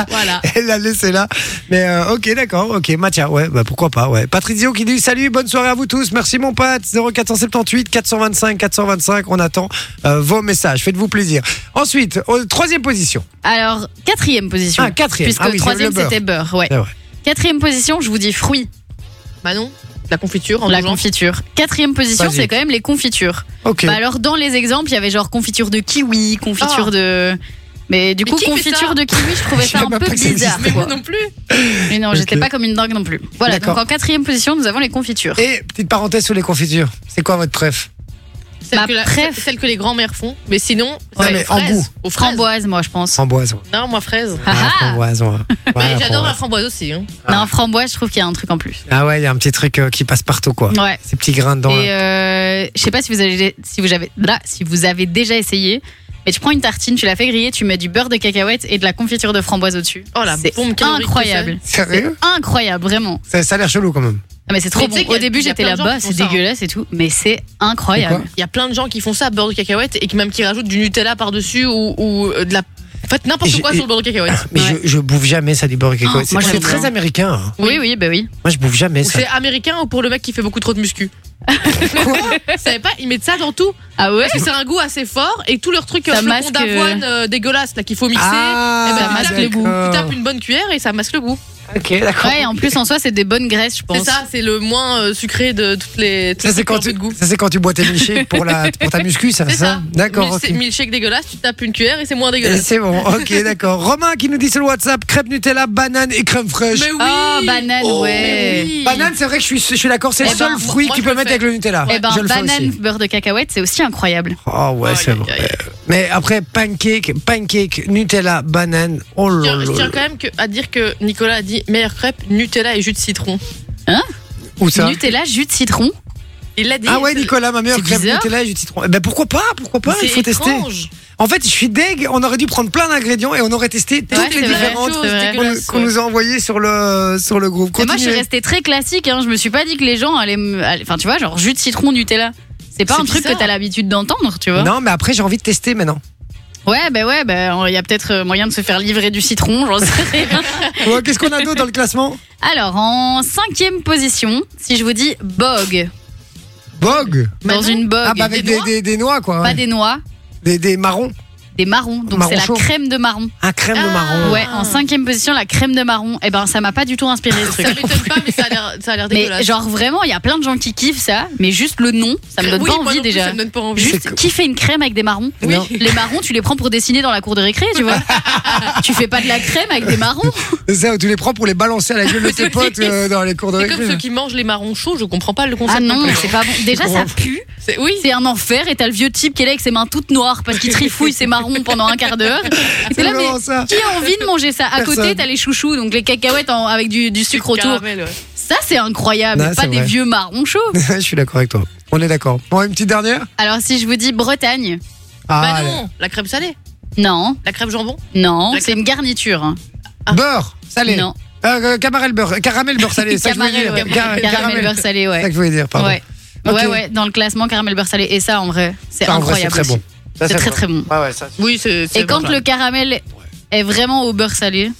Speaker 3: Voilà.
Speaker 1: Elle l'a laissé là. Mais euh, ok, d'accord, ok, Mathia, ouais, bah pourquoi pas, ouais. Patrizio qui dit salut, bonne soirée à vous tous, merci mon pote, 0478 425 425, on attend euh, vos messages, faites-vous plaisir. Ensuite, au- troisième position.
Speaker 2: Alors, quatrième position.
Speaker 1: Ah, quatrième.
Speaker 2: Puisque
Speaker 1: Ah oui, c'est
Speaker 2: troisième,
Speaker 1: le beurre.
Speaker 2: c'était beurre, ouais.
Speaker 1: C'est vrai.
Speaker 2: Quatrième position, je vous dis fruits.
Speaker 3: Manon, la confiture en
Speaker 2: La
Speaker 3: mangeant.
Speaker 2: confiture. Quatrième position,
Speaker 1: Vas-y.
Speaker 2: c'est quand même les confitures.
Speaker 1: Ok.
Speaker 2: Bah alors dans les exemples, il y avait genre confiture de kiwi, confiture
Speaker 3: Ah.
Speaker 2: de mais du
Speaker 3: Mais
Speaker 2: coup,
Speaker 3: qui fait
Speaker 2: confiture
Speaker 3: ça
Speaker 2: de kiwi, je
Speaker 3: <laughs>
Speaker 2: trouvais
Speaker 1: Je
Speaker 2: ça
Speaker 1: savais
Speaker 2: un
Speaker 1: même
Speaker 2: peu
Speaker 1: pas que ça
Speaker 2: bizarre.
Speaker 3: Mais
Speaker 2: quoi.
Speaker 3: moi non plus.
Speaker 2: Mais non, j'étais
Speaker 1: Ok.
Speaker 2: pas comme une dingue non plus. Voilà,
Speaker 1: D'accord.
Speaker 2: donc en quatrième position, nous avons les confitures.
Speaker 1: Et petite parenthèse sur les confitures, c'est quoi votre préf
Speaker 3: Celle,
Speaker 2: Ma
Speaker 3: que la-
Speaker 2: préf.
Speaker 3: celle que les grands-mères font. Mais sinon,
Speaker 1: Non,
Speaker 3: c'est
Speaker 1: mais
Speaker 3: aux
Speaker 1: en
Speaker 3: fraises.
Speaker 1: goût.
Speaker 3: Aux fraises.
Speaker 2: Framboise, moi, je pense.
Speaker 1: Framboise. ouais.
Speaker 3: Non, moi, fraise.
Speaker 2: Ah
Speaker 1: Ouais,
Speaker 2: ah <laughs>
Speaker 1: framboise, ouais. Ouais,
Speaker 3: Mais j'adore la
Speaker 1: framboise.
Speaker 3: framboise aussi. hein.
Speaker 2: Non, framboise, je trouve qu'il y a un truc en plus.
Speaker 1: Ah ouais, il y a un petit truc euh, qui passe partout, quoi.
Speaker 2: Ouais.
Speaker 1: Ces petits grains dedans.
Speaker 2: Et
Speaker 1: là.
Speaker 2: euh, je sais pas si vous avez, si vous avez, là, si vous avez déjà essayé. Mais tu prends une tartine, tu la fais griller, tu mets du beurre de cacahuète et de la confiture de framboise au-dessus.
Speaker 3: Oh, la
Speaker 2: c'est
Speaker 3: bombe calorique que
Speaker 2: incroyable.
Speaker 1: Sérieux
Speaker 2: Incroyable, vraiment.
Speaker 1: ça, ça a l'air chelou quand même.
Speaker 2: Ah, mais c'est trop
Speaker 3: Mais tu
Speaker 2: bon.
Speaker 3: sais qu'il y a-
Speaker 2: Au début,
Speaker 3: il y a
Speaker 2: j'étais
Speaker 3: plein de gens
Speaker 2: là-bas,
Speaker 3: qui
Speaker 2: c'est
Speaker 3: font ça, hein.
Speaker 2: dégueulasse et tout, mais c'est
Speaker 1: C'est
Speaker 2: incroyable.
Speaker 1: quoi
Speaker 3: Il y a plein de gens qui font ça à beurre de cacahuète et qui même qui rajoutent du Nutella par-dessus ou, ou, euh, de la. En fait,
Speaker 1: Et Ah,
Speaker 3: n'importe
Speaker 1: j'ai-
Speaker 3: quoi sur le beurre de cacahuète.
Speaker 1: Mais
Speaker 2: Ouais.
Speaker 1: je, je bouffe jamais ça du beurre et quelque
Speaker 2: Oh,
Speaker 1: chose.
Speaker 2: moi,
Speaker 1: C'est c'est
Speaker 2: j'aime
Speaker 1: très
Speaker 2: bien.
Speaker 1: américain. hein.
Speaker 2: Oui, oui, bah oui.
Speaker 1: Moi, je bouffe jamais
Speaker 3: Ou
Speaker 1: ça.
Speaker 3: c'est américain ou pour le mec qui fait beaucoup trop
Speaker 1: <laughs>
Speaker 3: de muscu. Vous savez pas, ils mettent ça dans tout.
Speaker 2: Ah ouais
Speaker 3: Parce que c'est un goût assez fort et tout leur truc
Speaker 2: Ça
Speaker 3: euh, flocons
Speaker 2: masque,
Speaker 3: d'avoine euh, dégueulasse là qu'il faut mixer.
Speaker 1: Ah,
Speaker 3: eh ben,
Speaker 2: ça masque
Speaker 3: tu tapes-
Speaker 2: le goût.
Speaker 1: d'accord.
Speaker 3: Tu tapes une bonne cuillère et ça masque le goût.
Speaker 1: Ok, d'accord.
Speaker 2: Ouais, en plus, en soi, c'est des bonnes graisses, je pense.
Speaker 3: C'est ça, c'est le moins euh, sucré de toutes les. toutes
Speaker 1: Ça
Speaker 3: les
Speaker 1: c'est quand
Speaker 3: couleurs
Speaker 1: tu
Speaker 3: de goût.
Speaker 1: ça c'est quand tu bois tes milkshakes pour
Speaker 3: <laughs>
Speaker 1: la pour ta muscu ça
Speaker 3: C'est ça.
Speaker 1: Uh-huh. d'accord
Speaker 3: Mille-
Speaker 1: ok
Speaker 3: C'est milkshake dégueulasse, tu tapes une cuillère et c'est moins
Speaker 1: Et
Speaker 3: dégueulasse.
Speaker 1: c'est bon
Speaker 3: <laughs>
Speaker 1: ok d'accord Romain qui nous dit sur le WhatsApp crêpes Nutella banane et crème fraîche
Speaker 3: Mais oui.
Speaker 2: Oh, banane,
Speaker 1: Oh,
Speaker 2: ouais.
Speaker 3: oui.
Speaker 1: banane c'est vrai que je suis je suis d'accord c'est le
Speaker 3: Eh ben,
Speaker 1: seul fruit
Speaker 3: moi,
Speaker 1: qui
Speaker 3: je
Speaker 1: peut
Speaker 3: le
Speaker 1: mettre
Speaker 3: fais.
Speaker 1: avec le Nutella
Speaker 2: Eh ben,
Speaker 1: je le fais
Speaker 2: banane,
Speaker 1: aussi
Speaker 2: beurre de cacahuète, c'est aussi incroyable.
Speaker 1: oh ouais
Speaker 3: Aïe,
Speaker 1: c'est
Speaker 3: aïe,
Speaker 1: bon
Speaker 3: aïe.
Speaker 1: mais après pancake pancake Nutella banane oh
Speaker 3: Je
Speaker 1: là
Speaker 3: tiens- je tiens
Speaker 1: là
Speaker 3: quand même que- à dire que Nicolas a dit meilleure crêpe, Nutella et jus de citron.
Speaker 1: où ça
Speaker 2: Nutella, jus de citron.
Speaker 3: Il l'a dit.
Speaker 1: ah ouais Nicolas ma meilleure
Speaker 2: c'est
Speaker 1: crêpe
Speaker 2: bizarre.
Speaker 1: Nutella et jus de citron Eh ben pourquoi pas pourquoi pas
Speaker 3: C'est
Speaker 1: il faut tester
Speaker 3: étrange.
Speaker 1: en fait je suis deg on aurait dû prendre plein d'ingrédients et on aurait testé toutes
Speaker 2: Ouais,
Speaker 1: les
Speaker 2: c'est vrai.
Speaker 1: différentes
Speaker 2: c'est vrai.
Speaker 1: qu'on
Speaker 3: dégueulasses,
Speaker 1: qu'on
Speaker 3: ouais.
Speaker 1: nous a envoyées sur le sur le groupe
Speaker 2: Mais moi, je suis
Speaker 1: Continuez.
Speaker 2: restée très classique, hein. Je me suis pas dit que les gens allaient me. allaient- Enfin, tu vois, genre jus de citron, Nutella. C'est pas
Speaker 3: C'est
Speaker 2: un truc
Speaker 3: bizarre.
Speaker 2: que t'as l'habitude d'entendre, tu vois.
Speaker 1: Non, mais après, j'ai envie de tester
Speaker 2: <laughs>
Speaker 1: maintenant.
Speaker 2: Ouais, bah ouais, bah il y a peut-être euh, moyen de se faire livrer du citron, <laughs> j'en sais rien.
Speaker 1: Ouais, Qu'est-ce qu'on a d'autre dans le classement
Speaker 2: Alors, en cinquième position, si je vous dis bog,
Speaker 1: Bog
Speaker 2: dans
Speaker 3: Manon
Speaker 2: une bog,
Speaker 1: Ah, bah avec
Speaker 2: des
Speaker 1: des,
Speaker 2: noix,
Speaker 1: des- des noix, quoi.
Speaker 2: pas
Speaker 1: ouais.
Speaker 2: des noix,
Speaker 1: Des, des marrons.
Speaker 2: des marrons. Donc
Speaker 1: Marron
Speaker 2: c'est la
Speaker 1: chaud.
Speaker 2: crème de marron.
Speaker 1: Un crème de marron.
Speaker 2: Ah, Ouais, en cinquième position, la crème de marron. Et ben ça m'a pas du tout inspiré ce truc.
Speaker 3: Ça m'étonne pas, mais ça a l'air- ça a l'air dégueulasse.
Speaker 2: Mais genre vraiment, il y a plein de gens qui kiffent ça, mais juste le nom, ça me donne
Speaker 3: Oui,
Speaker 2: pas
Speaker 3: moi non
Speaker 2: envie
Speaker 3: plus,
Speaker 2: déjà.
Speaker 3: Ça me donne pas envie.
Speaker 2: Juste qui fait une crème avec des marrons
Speaker 1: Oui. Non.
Speaker 2: Les marrons, tu les prends pour dessiner dans la cour de récré, tu
Speaker 3: <laughs>
Speaker 2: vois. tu fais pas de la crème avec des marrons.
Speaker 1: C'est ça, où tu les prends pour les balancer à la
Speaker 2: <laughs>
Speaker 1: gueule de tes potes euh, dans les cours de
Speaker 3: C'est comme
Speaker 1: récré.
Speaker 3: ceux qui mangent les marrons chauds, je comprends pas Oh. le concept.
Speaker 2: Ah non,
Speaker 3: plus.
Speaker 2: c'est pas bon. Déjà ça
Speaker 1: comprends.
Speaker 2: pue.
Speaker 3: C'est- Oui,
Speaker 2: C'est un enfer et t'as le vieux type qui est là avec ses mains toutes noires parce qu'il trifouille ses marrons pendant un quart d'heure.
Speaker 1: C'est
Speaker 2: C'est là, mais
Speaker 1: vraiment ça.
Speaker 2: qui a envie de manger ça À
Speaker 1: Personne.
Speaker 2: côté, t'as les chouchous, donc les cacahuètes en- avec du, du sucre autour.
Speaker 3: Caramel, ouais.
Speaker 2: Ça, c'est incroyable.
Speaker 1: Non,
Speaker 2: pas
Speaker 1: c'est
Speaker 2: des
Speaker 1: vrai.
Speaker 2: vieux marrons chauds.
Speaker 1: <laughs> Je suis d'accord avec toi. On est d'accord. Bon, une petite dernière Ah,
Speaker 2: Alors, si je vous dis Bretagne,
Speaker 3: Bah
Speaker 1: allez.
Speaker 3: non, la crème salée,
Speaker 2: non,
Speaker 3: la crème jambon.
Speaker 2: non,
Speaker 3: La
Speaker 2: c'est une garniture. hein.
Speaker 3: Ah.
Speaker 1: Beurre salé.
Speaker 2: Non.
Speaker 1: Euh, euh, camarel beurre. Caramel beurre salé. C'est ça que je voulais dire.
Speaker 2: Caramel, ouais.
Speaker 1: Car-
Speaker 2: Caramel beurre
Speaker 1: C'est
Speaker 2: salé,
Speaker 1: ça
Speaker 2: ouais.
Speaker 1: que je voulais dire, pardon.
Speaker 2: Ouais.
Speaker 1: Ok.
Speaker 2: ouais, ouais, dans le classement, caramel beurre salé. Et ça, en vrai, c'est
Speaker 1: Ça, en vrai,
Speaker 2: incroyable.
Speaker 1: C'est très
Speaker 2: aussi.
Speaker 1: bon. Ça,
Speaker 2: C'est très, très bon.
Speaker 1: Ouais, ouais, ça.
Speaker 3: Oui, c'est.
Speaker 2: Et quand le caramel est vraiment au beurre salé,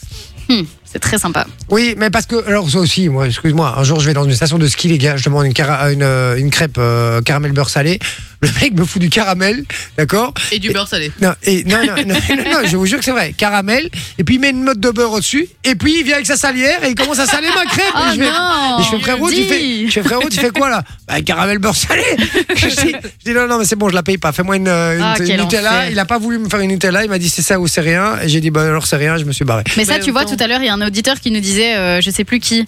Speaker 2: hmm, c'est très sympa.
Speaker 1: Oui, mais parce que, alors ça aussi, moi, excuse-moi, un jour je vais dans une station de ski, les gars, je demande une, cara- une, euh, une crêpe euh, caramel beurre salé. <laughs> Le mec me fout du caramel, d'accord
Speaker 3: Et du beurre salé.
Speaker 1: non, et, non, non, non, non, non, je vous jure que c'est vrai, caramel, et puis il met une motte de beurre au-dessus, et puis il vient avec sa salière et il commence à saler ma crêpe.
Speaker 2: Oh
Speaker 1: et je fais-
Speaker 2: non
Speaker 1: et je fais frérot, tu
Speaker 2: Dis
Speaker 1: fais, je fais frérot, tu fais quoi là Bah caramel beurre salé. <laughs> je, dis, je dis, non non mais c'est bon, je la paye pas. Fais-moi une, euh, une-
Speaker 2: Ah,
Speaker 1: une
Speaker 2: quel
Speaker 1: Nutella.
Speaker 2: enfer.
Speaker 1: Il a pas voulu me faire une Nutella. Il m'a dit c'est ça ou c'est rien. Et j'ai dit bah alors c'est rien. Je me suis barré.
Speaker 2: Mais ça,
Speaker 3: Mais
Speaker 2: tu vois,
Speaker 3: autant.
Speaker 2: tout à l'heure, il y a un auditeur qui nous disait, euh, je sais plus qui,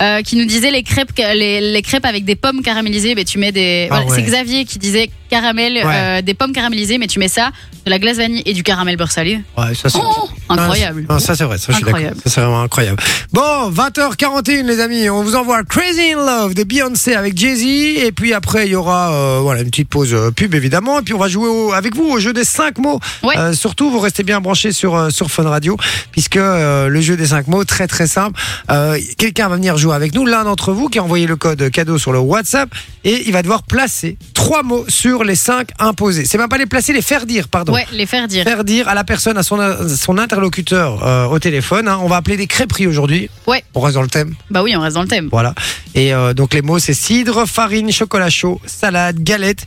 Speaker 2: euh, qui nous disait les crêpes, ca- les, les crêpes avec des pommes caramélisées, mais tu mets des.
Speaker 1: Ah
Speaker 2: voilà,
Speaker 1: ouais.
Speaker 2: C'est Xavier qui disait caramel, euh, des pommes caramélisées, mais tu mets ça, de la glace vanille et du caramel beurre salé.
Speaker 1: Ouais, ça c'est
Speaker 2: Oh, incroyable.
Speaker 1: Non, ça c'est vrai, ça je suis d'accord.
Speaker 2: Incroyable.
Speaker 1: Ça, c'est vraiment incroyable. Bon, 20h41 les amis, on vous envoie Crazy in Love de Beyoncé avec Jay-Z et puis après il y aura euh, voilà une petite pause euh, pub évidemment et puis on va jouer au- avec vous au jeu des 5 mots.
Speaker 2: Ouais.
Speaker 1: Euh, surtout vous restez bien branchés sur euh, sur Fun Radio puisque euh, le jeu des 5 mots très très simple. Euh, quelqu'un va venir jouer avec nous, l'un d'entre vous qui a envoyé le code cadeau sur le WhatsApp et il va devoir placer trois mots sur les 5 imposés. C'est même pas les placer, les faire dire, pardon
Speaker 2: Ouais, les faire dire.
Speaker 1: faire dire à la personne, à son, à son interlocuteur euh, au téléphone. hein. On va appeler des crêperies aujourd'hui.
Speaker 2: Ouais.
Speaker 1: On reste dans le thème.
Speaker 2: Bah oui, on reste dans le thème.
Speaker 1: Voilà. Et euh, donc les mots, c'est cidre, farine, chocolat chaud, salade, galette.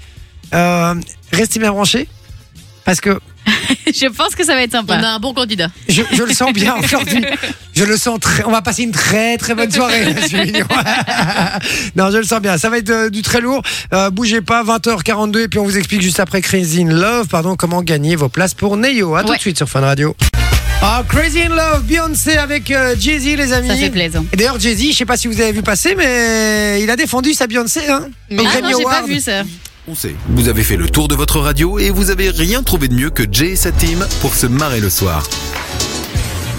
Speaker 1: Euh, restez bien branchés. Parce que
Speaker 2: <laughs> je pense que ça va être
Speaker 3: On
Speaker 2: sympa.
Speaker 3: a un bon candidat.
Speaker 1: je, je le sens bien aujourd'hui. Je le sens très. On va passer une très très bonne soirée. je suis mignon. <laughs> non, je le sens bien. Ça va être euh, du très lourd. Euh, bougez pas, 20h42. Et puis on vous explique juste après Crazy in Love, pardon, comment gagner vos places pour Neo. À tout
Speaker 2: Ouais.
Speaker 1: de suite sur Fun Radio. Ah, Crazy in Love, Beyoncé avec euh, Jay-Z, les amis.
Speaker 2: Ça fait plaisir.
Speaker 1: Et D'ailleurs, Jay-Z, je sais pas si vous avez vu passer, mais il a défendu sa Beyoncé. Hein, au
Speaker 2: Ah
Speaker 1: Grammy
Speaker 2: non, j'ai pas
Speaker 1: Award.
Speaker 2: vu ça.
Speaker 4: On sait, vous avez fait le tour de votre radio et vous avez rien trouvé de mieux que Jay et sa team pour se marrer le soir.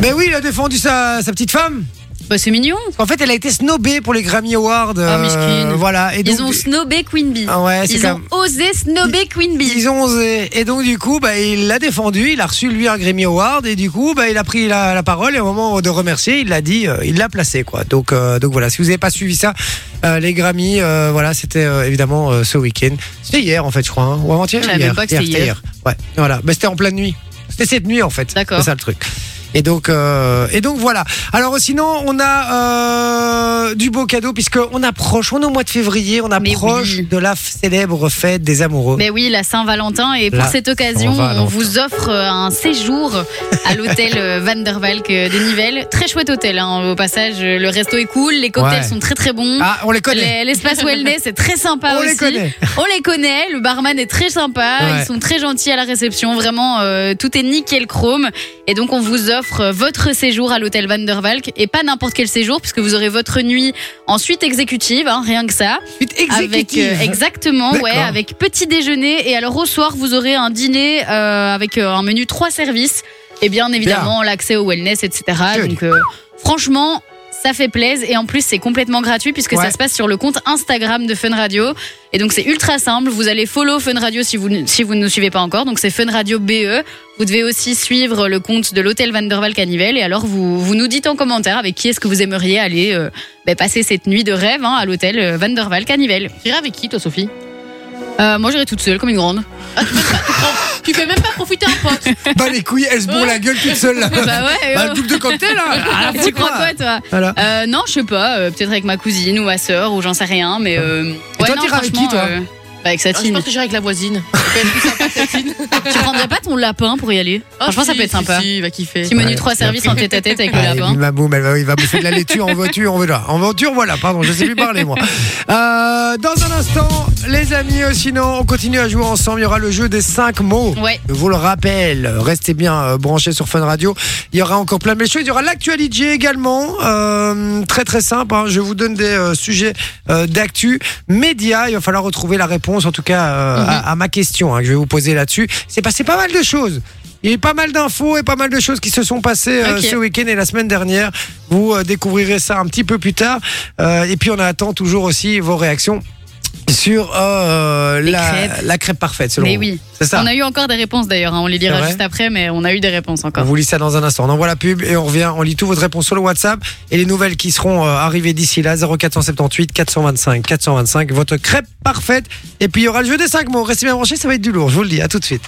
Speaker 1: Mais oui, il a défendu sa, sa petite femme.
Speaker 2: Bah, c'est mignon.
Speaker 1: En fait, elle a été snobée pour les Grammy Awards.
Speaker 2: Ah,
Speaker 1: euh,
Speaker 2: misquine.
Speaker 1: voilà. Et
Speaker 2: Ils
Speaker 1: donc-
Speaker 2: ont snobé Queen Bee.
Speaker 1: Ah ouais, c'est
Speaker 2: Ils
Speaker 1: quand
Speaker 2: ont
Speaker 1: même-
Speaker 2: osé snobber Queen Bee.
Speaker 1: Ils ont osé. Et donc, du coup, bah, il l'a défendu. Il a reçu, lui, un Grammy Award. Et du coup, bah, il a pris la, la parole. Et au moment de remercier, il l'a dit, euh, il l'a placé, quoi. Donc, euh, donc voilà. Si vous n'avez pas suivi ça, euh, les Grammy, euh, voilà, c'était euh, évidemment euh, ce week-end. C'était hier, en fait, je crois. hein. Ou avant-hier
Speaker 2: Je savais
Speaker 1: hier,
Speaker 2: pas que c'était
Speaker 1: c'était
Speaker 2: hier.
Speaker 1: Ouais. Voilà. Bah, c'était en pleine nuit. C'était cette nuit, en fait.
Speaker 2: D'accord.
Speaker 1: C'est ça le truc. Et donc, euh, et donc voilà. Alors sinon, on a euh, du beau cadeau puisque on approche, on est au mois de février, on
Speaker 2: Mais
Speaker 1: approche
Speaker 2: oui.
Speaker 1: de la f- célèbre fête des amoureux.
Speaker 2: Mais oui, la Saint-Valentin. Et pour
Speaker 1: La
Speaker 2: cette occasion,
Speaker 1: Saint-Valentin.
Speaker 2: on vous offre euh, un séjour à l'hôtel euh, Van der Valk euh, de Nivelles. Très chouette hôtel, hein, au passage. euh, Le resto est cool, les cocktails
Speaker 1: Ouais.
Speaker 2: sont très très bons.
Speaker 1: Ah, on les connaît.
Speaker 2: Mmh. Les- L'espace wellness est très sympa
Speaker 1: <laughs> On
Speaker 2: aussi.
Speaker 1: les connaît.
Speaker 2: On les connaît. Le barman est très sympa.
Speaker 1: Ouais.
Speaker 2: Ils sont très gentils à la réception. Vraiment, euh, tout est nickel chrome. Et donc, on vous offre euh, votre séjour à l'hôtel Van der Valk. Et pas n'importe quel séjour, puisque vous aurez votre nuit ensuite exécutive, hein, rien que ça.
Speaker 1: Suite
Speaker 2: Avec,
Speaker 1: exécutive.
Speaker 2: euh, exactement,
Speaker 1: D'accord.
Speaker 2: ouais, avec petit déjeuner. Et alors au soir, vous aurez un dîner euh, avec euh, un menu trois services. Et bien évidemment, l'accès au wellness, etc.
Speaker 1: Joli.
Speaker 2: Donc euh, franchement, ça fait plaisir. Et en plus, c'est complètement gratuit puisque
Speaker 1: Ouais.
Speaker 2: ça se passe sur le compte Instagram de Fun Radio. Et donc c'est ultra simple. Vous allez follow Fun Radio si vous, ne- si vous ne nous suivez pas encore. Donc c'est Fun Radio BE. Vous devez aussi suivre le compte de l'hôtel Van der Valk à Nivelles. Et alors, vous, vous nous dites en commentaire avec qui est-ce que vous aimeriez aller euh, ben, passer cette nuit de rêve hein, à l'hôtel euh, Van der Valk à Nivelles.
Speaker 3: T'irais avec qui, toi, Sophie
Speaker 2: Euh, moi, j'irai toute seule comme une
Speaker 1: <laughs>
Speaker 2: grande.
Speaker 3: Tu peux même pas profiter un pote.
Speaker 1: Bah les couilles, elle se bourre la gueule toute seule
Speaker 2: <laughs>
Speaker 1: là.
Speaker 2: Bah ouais.
Speaker 1: Bah,
Speaker 2: euh,
Speaker 1: le <laughs> double de cocktail là.
Speaker 2: tu crois quoi, toi
Speaker 1: Voilà.
Speaker 2: Euh, Non, je sais pas. euh, Peut-être avec ma cousine ou ma sœur ou j'en sais rien. Mais euh,
Speaker 1: Et toi,
Speaker 2: non,
Speaker 1: t'iras avec qui,
Speaker 2: franchement,
Speaker 1: toi
Speaker 2: euh, bah, Avec
Speaker 3: Ah, Je
Speaker 2: Satine.
Speaker 3: pense que j'irai avec la voisine. quand même plus sympa que Satine.
Speaker 2: Tu prendrais pas ton lapin pour y aller Franchement, ça peut être sympa.
Speaker 3: Oh, Si, il va kiffer.
Speaker 2: Petit menu
Speaker 1: Ouais,
Speaker 2: trois
Speaker 1: bien
Speaker 2: services
Speaker 1: sûr.
Speaker 2: en tête à tête avec le
Speaker 1: Allez,
Speaker 2: lapin.
Speaker 1: bim, bam, boum, elle va- il va bouffer de la laitue en voiture, on veut là. En voiture, voilà, pardon, je sais plus parler moi. Euh, dans un instant, les amis, euh, sinon, on continue à jouer ensemble. Il y aura le jeu des 5 mots.
Speaker 2: Ouais.
Speaker 1: Je vous le rappelle, restez bien euh, branchés sur Fun Radio. Il y aura encore plein de belles choses. Il y aura l'actualité également. Euh, très très simple. hein. Je vous donne des euh, sujets euh, d'actu média. Il va falloir retrouver la réponse, en tout cas euh,
Speaker 2: Mhm.
Speaker 1: à, à ma question hein, que je vais vous poser là-dessus. C'est passé pas mal de choses. Il y a eu pas mal d'infos et pas mal de choses qui se sont passées euh,
Speaker 2: Ok.
Speaker 1: ce week-end et la semaine dernière. Vous euh, découvrirez ça un petit peu plus tard. Euh, et puis on attend toujours aussi vos réactions sur euh, la,
Speaker 2: crêpes.
Speaker 1: la crêpe parfaite. Selon
Speaker 2: Mais
Speaker 1: vous.
Speaker 2: oui.
Speaker 1: C'est ça.
Speaker 2: On a eu encore des réponses d'ailleurs. hein. On les
Speaker 1: C'est
Speaker 2: lira
Speaker 1: vrai
Speaker 2: juste après, mais on a eu des réponses
Speaker 1: On
Speaker 2: encore.
Speaker 1: vous lit ça dans un instant. On envoie la pub et on revient. On lit toutes votre réponse sur le WhatsApp et les nouvelles qui seront euh, arrivées d'ici là 0478 425 425. Votre crêpe parfaite. Et puis il y aura le jeu des 5 mots. Restez bien branchés, ça va être du lourd. Je vous le dis. À tout de suite.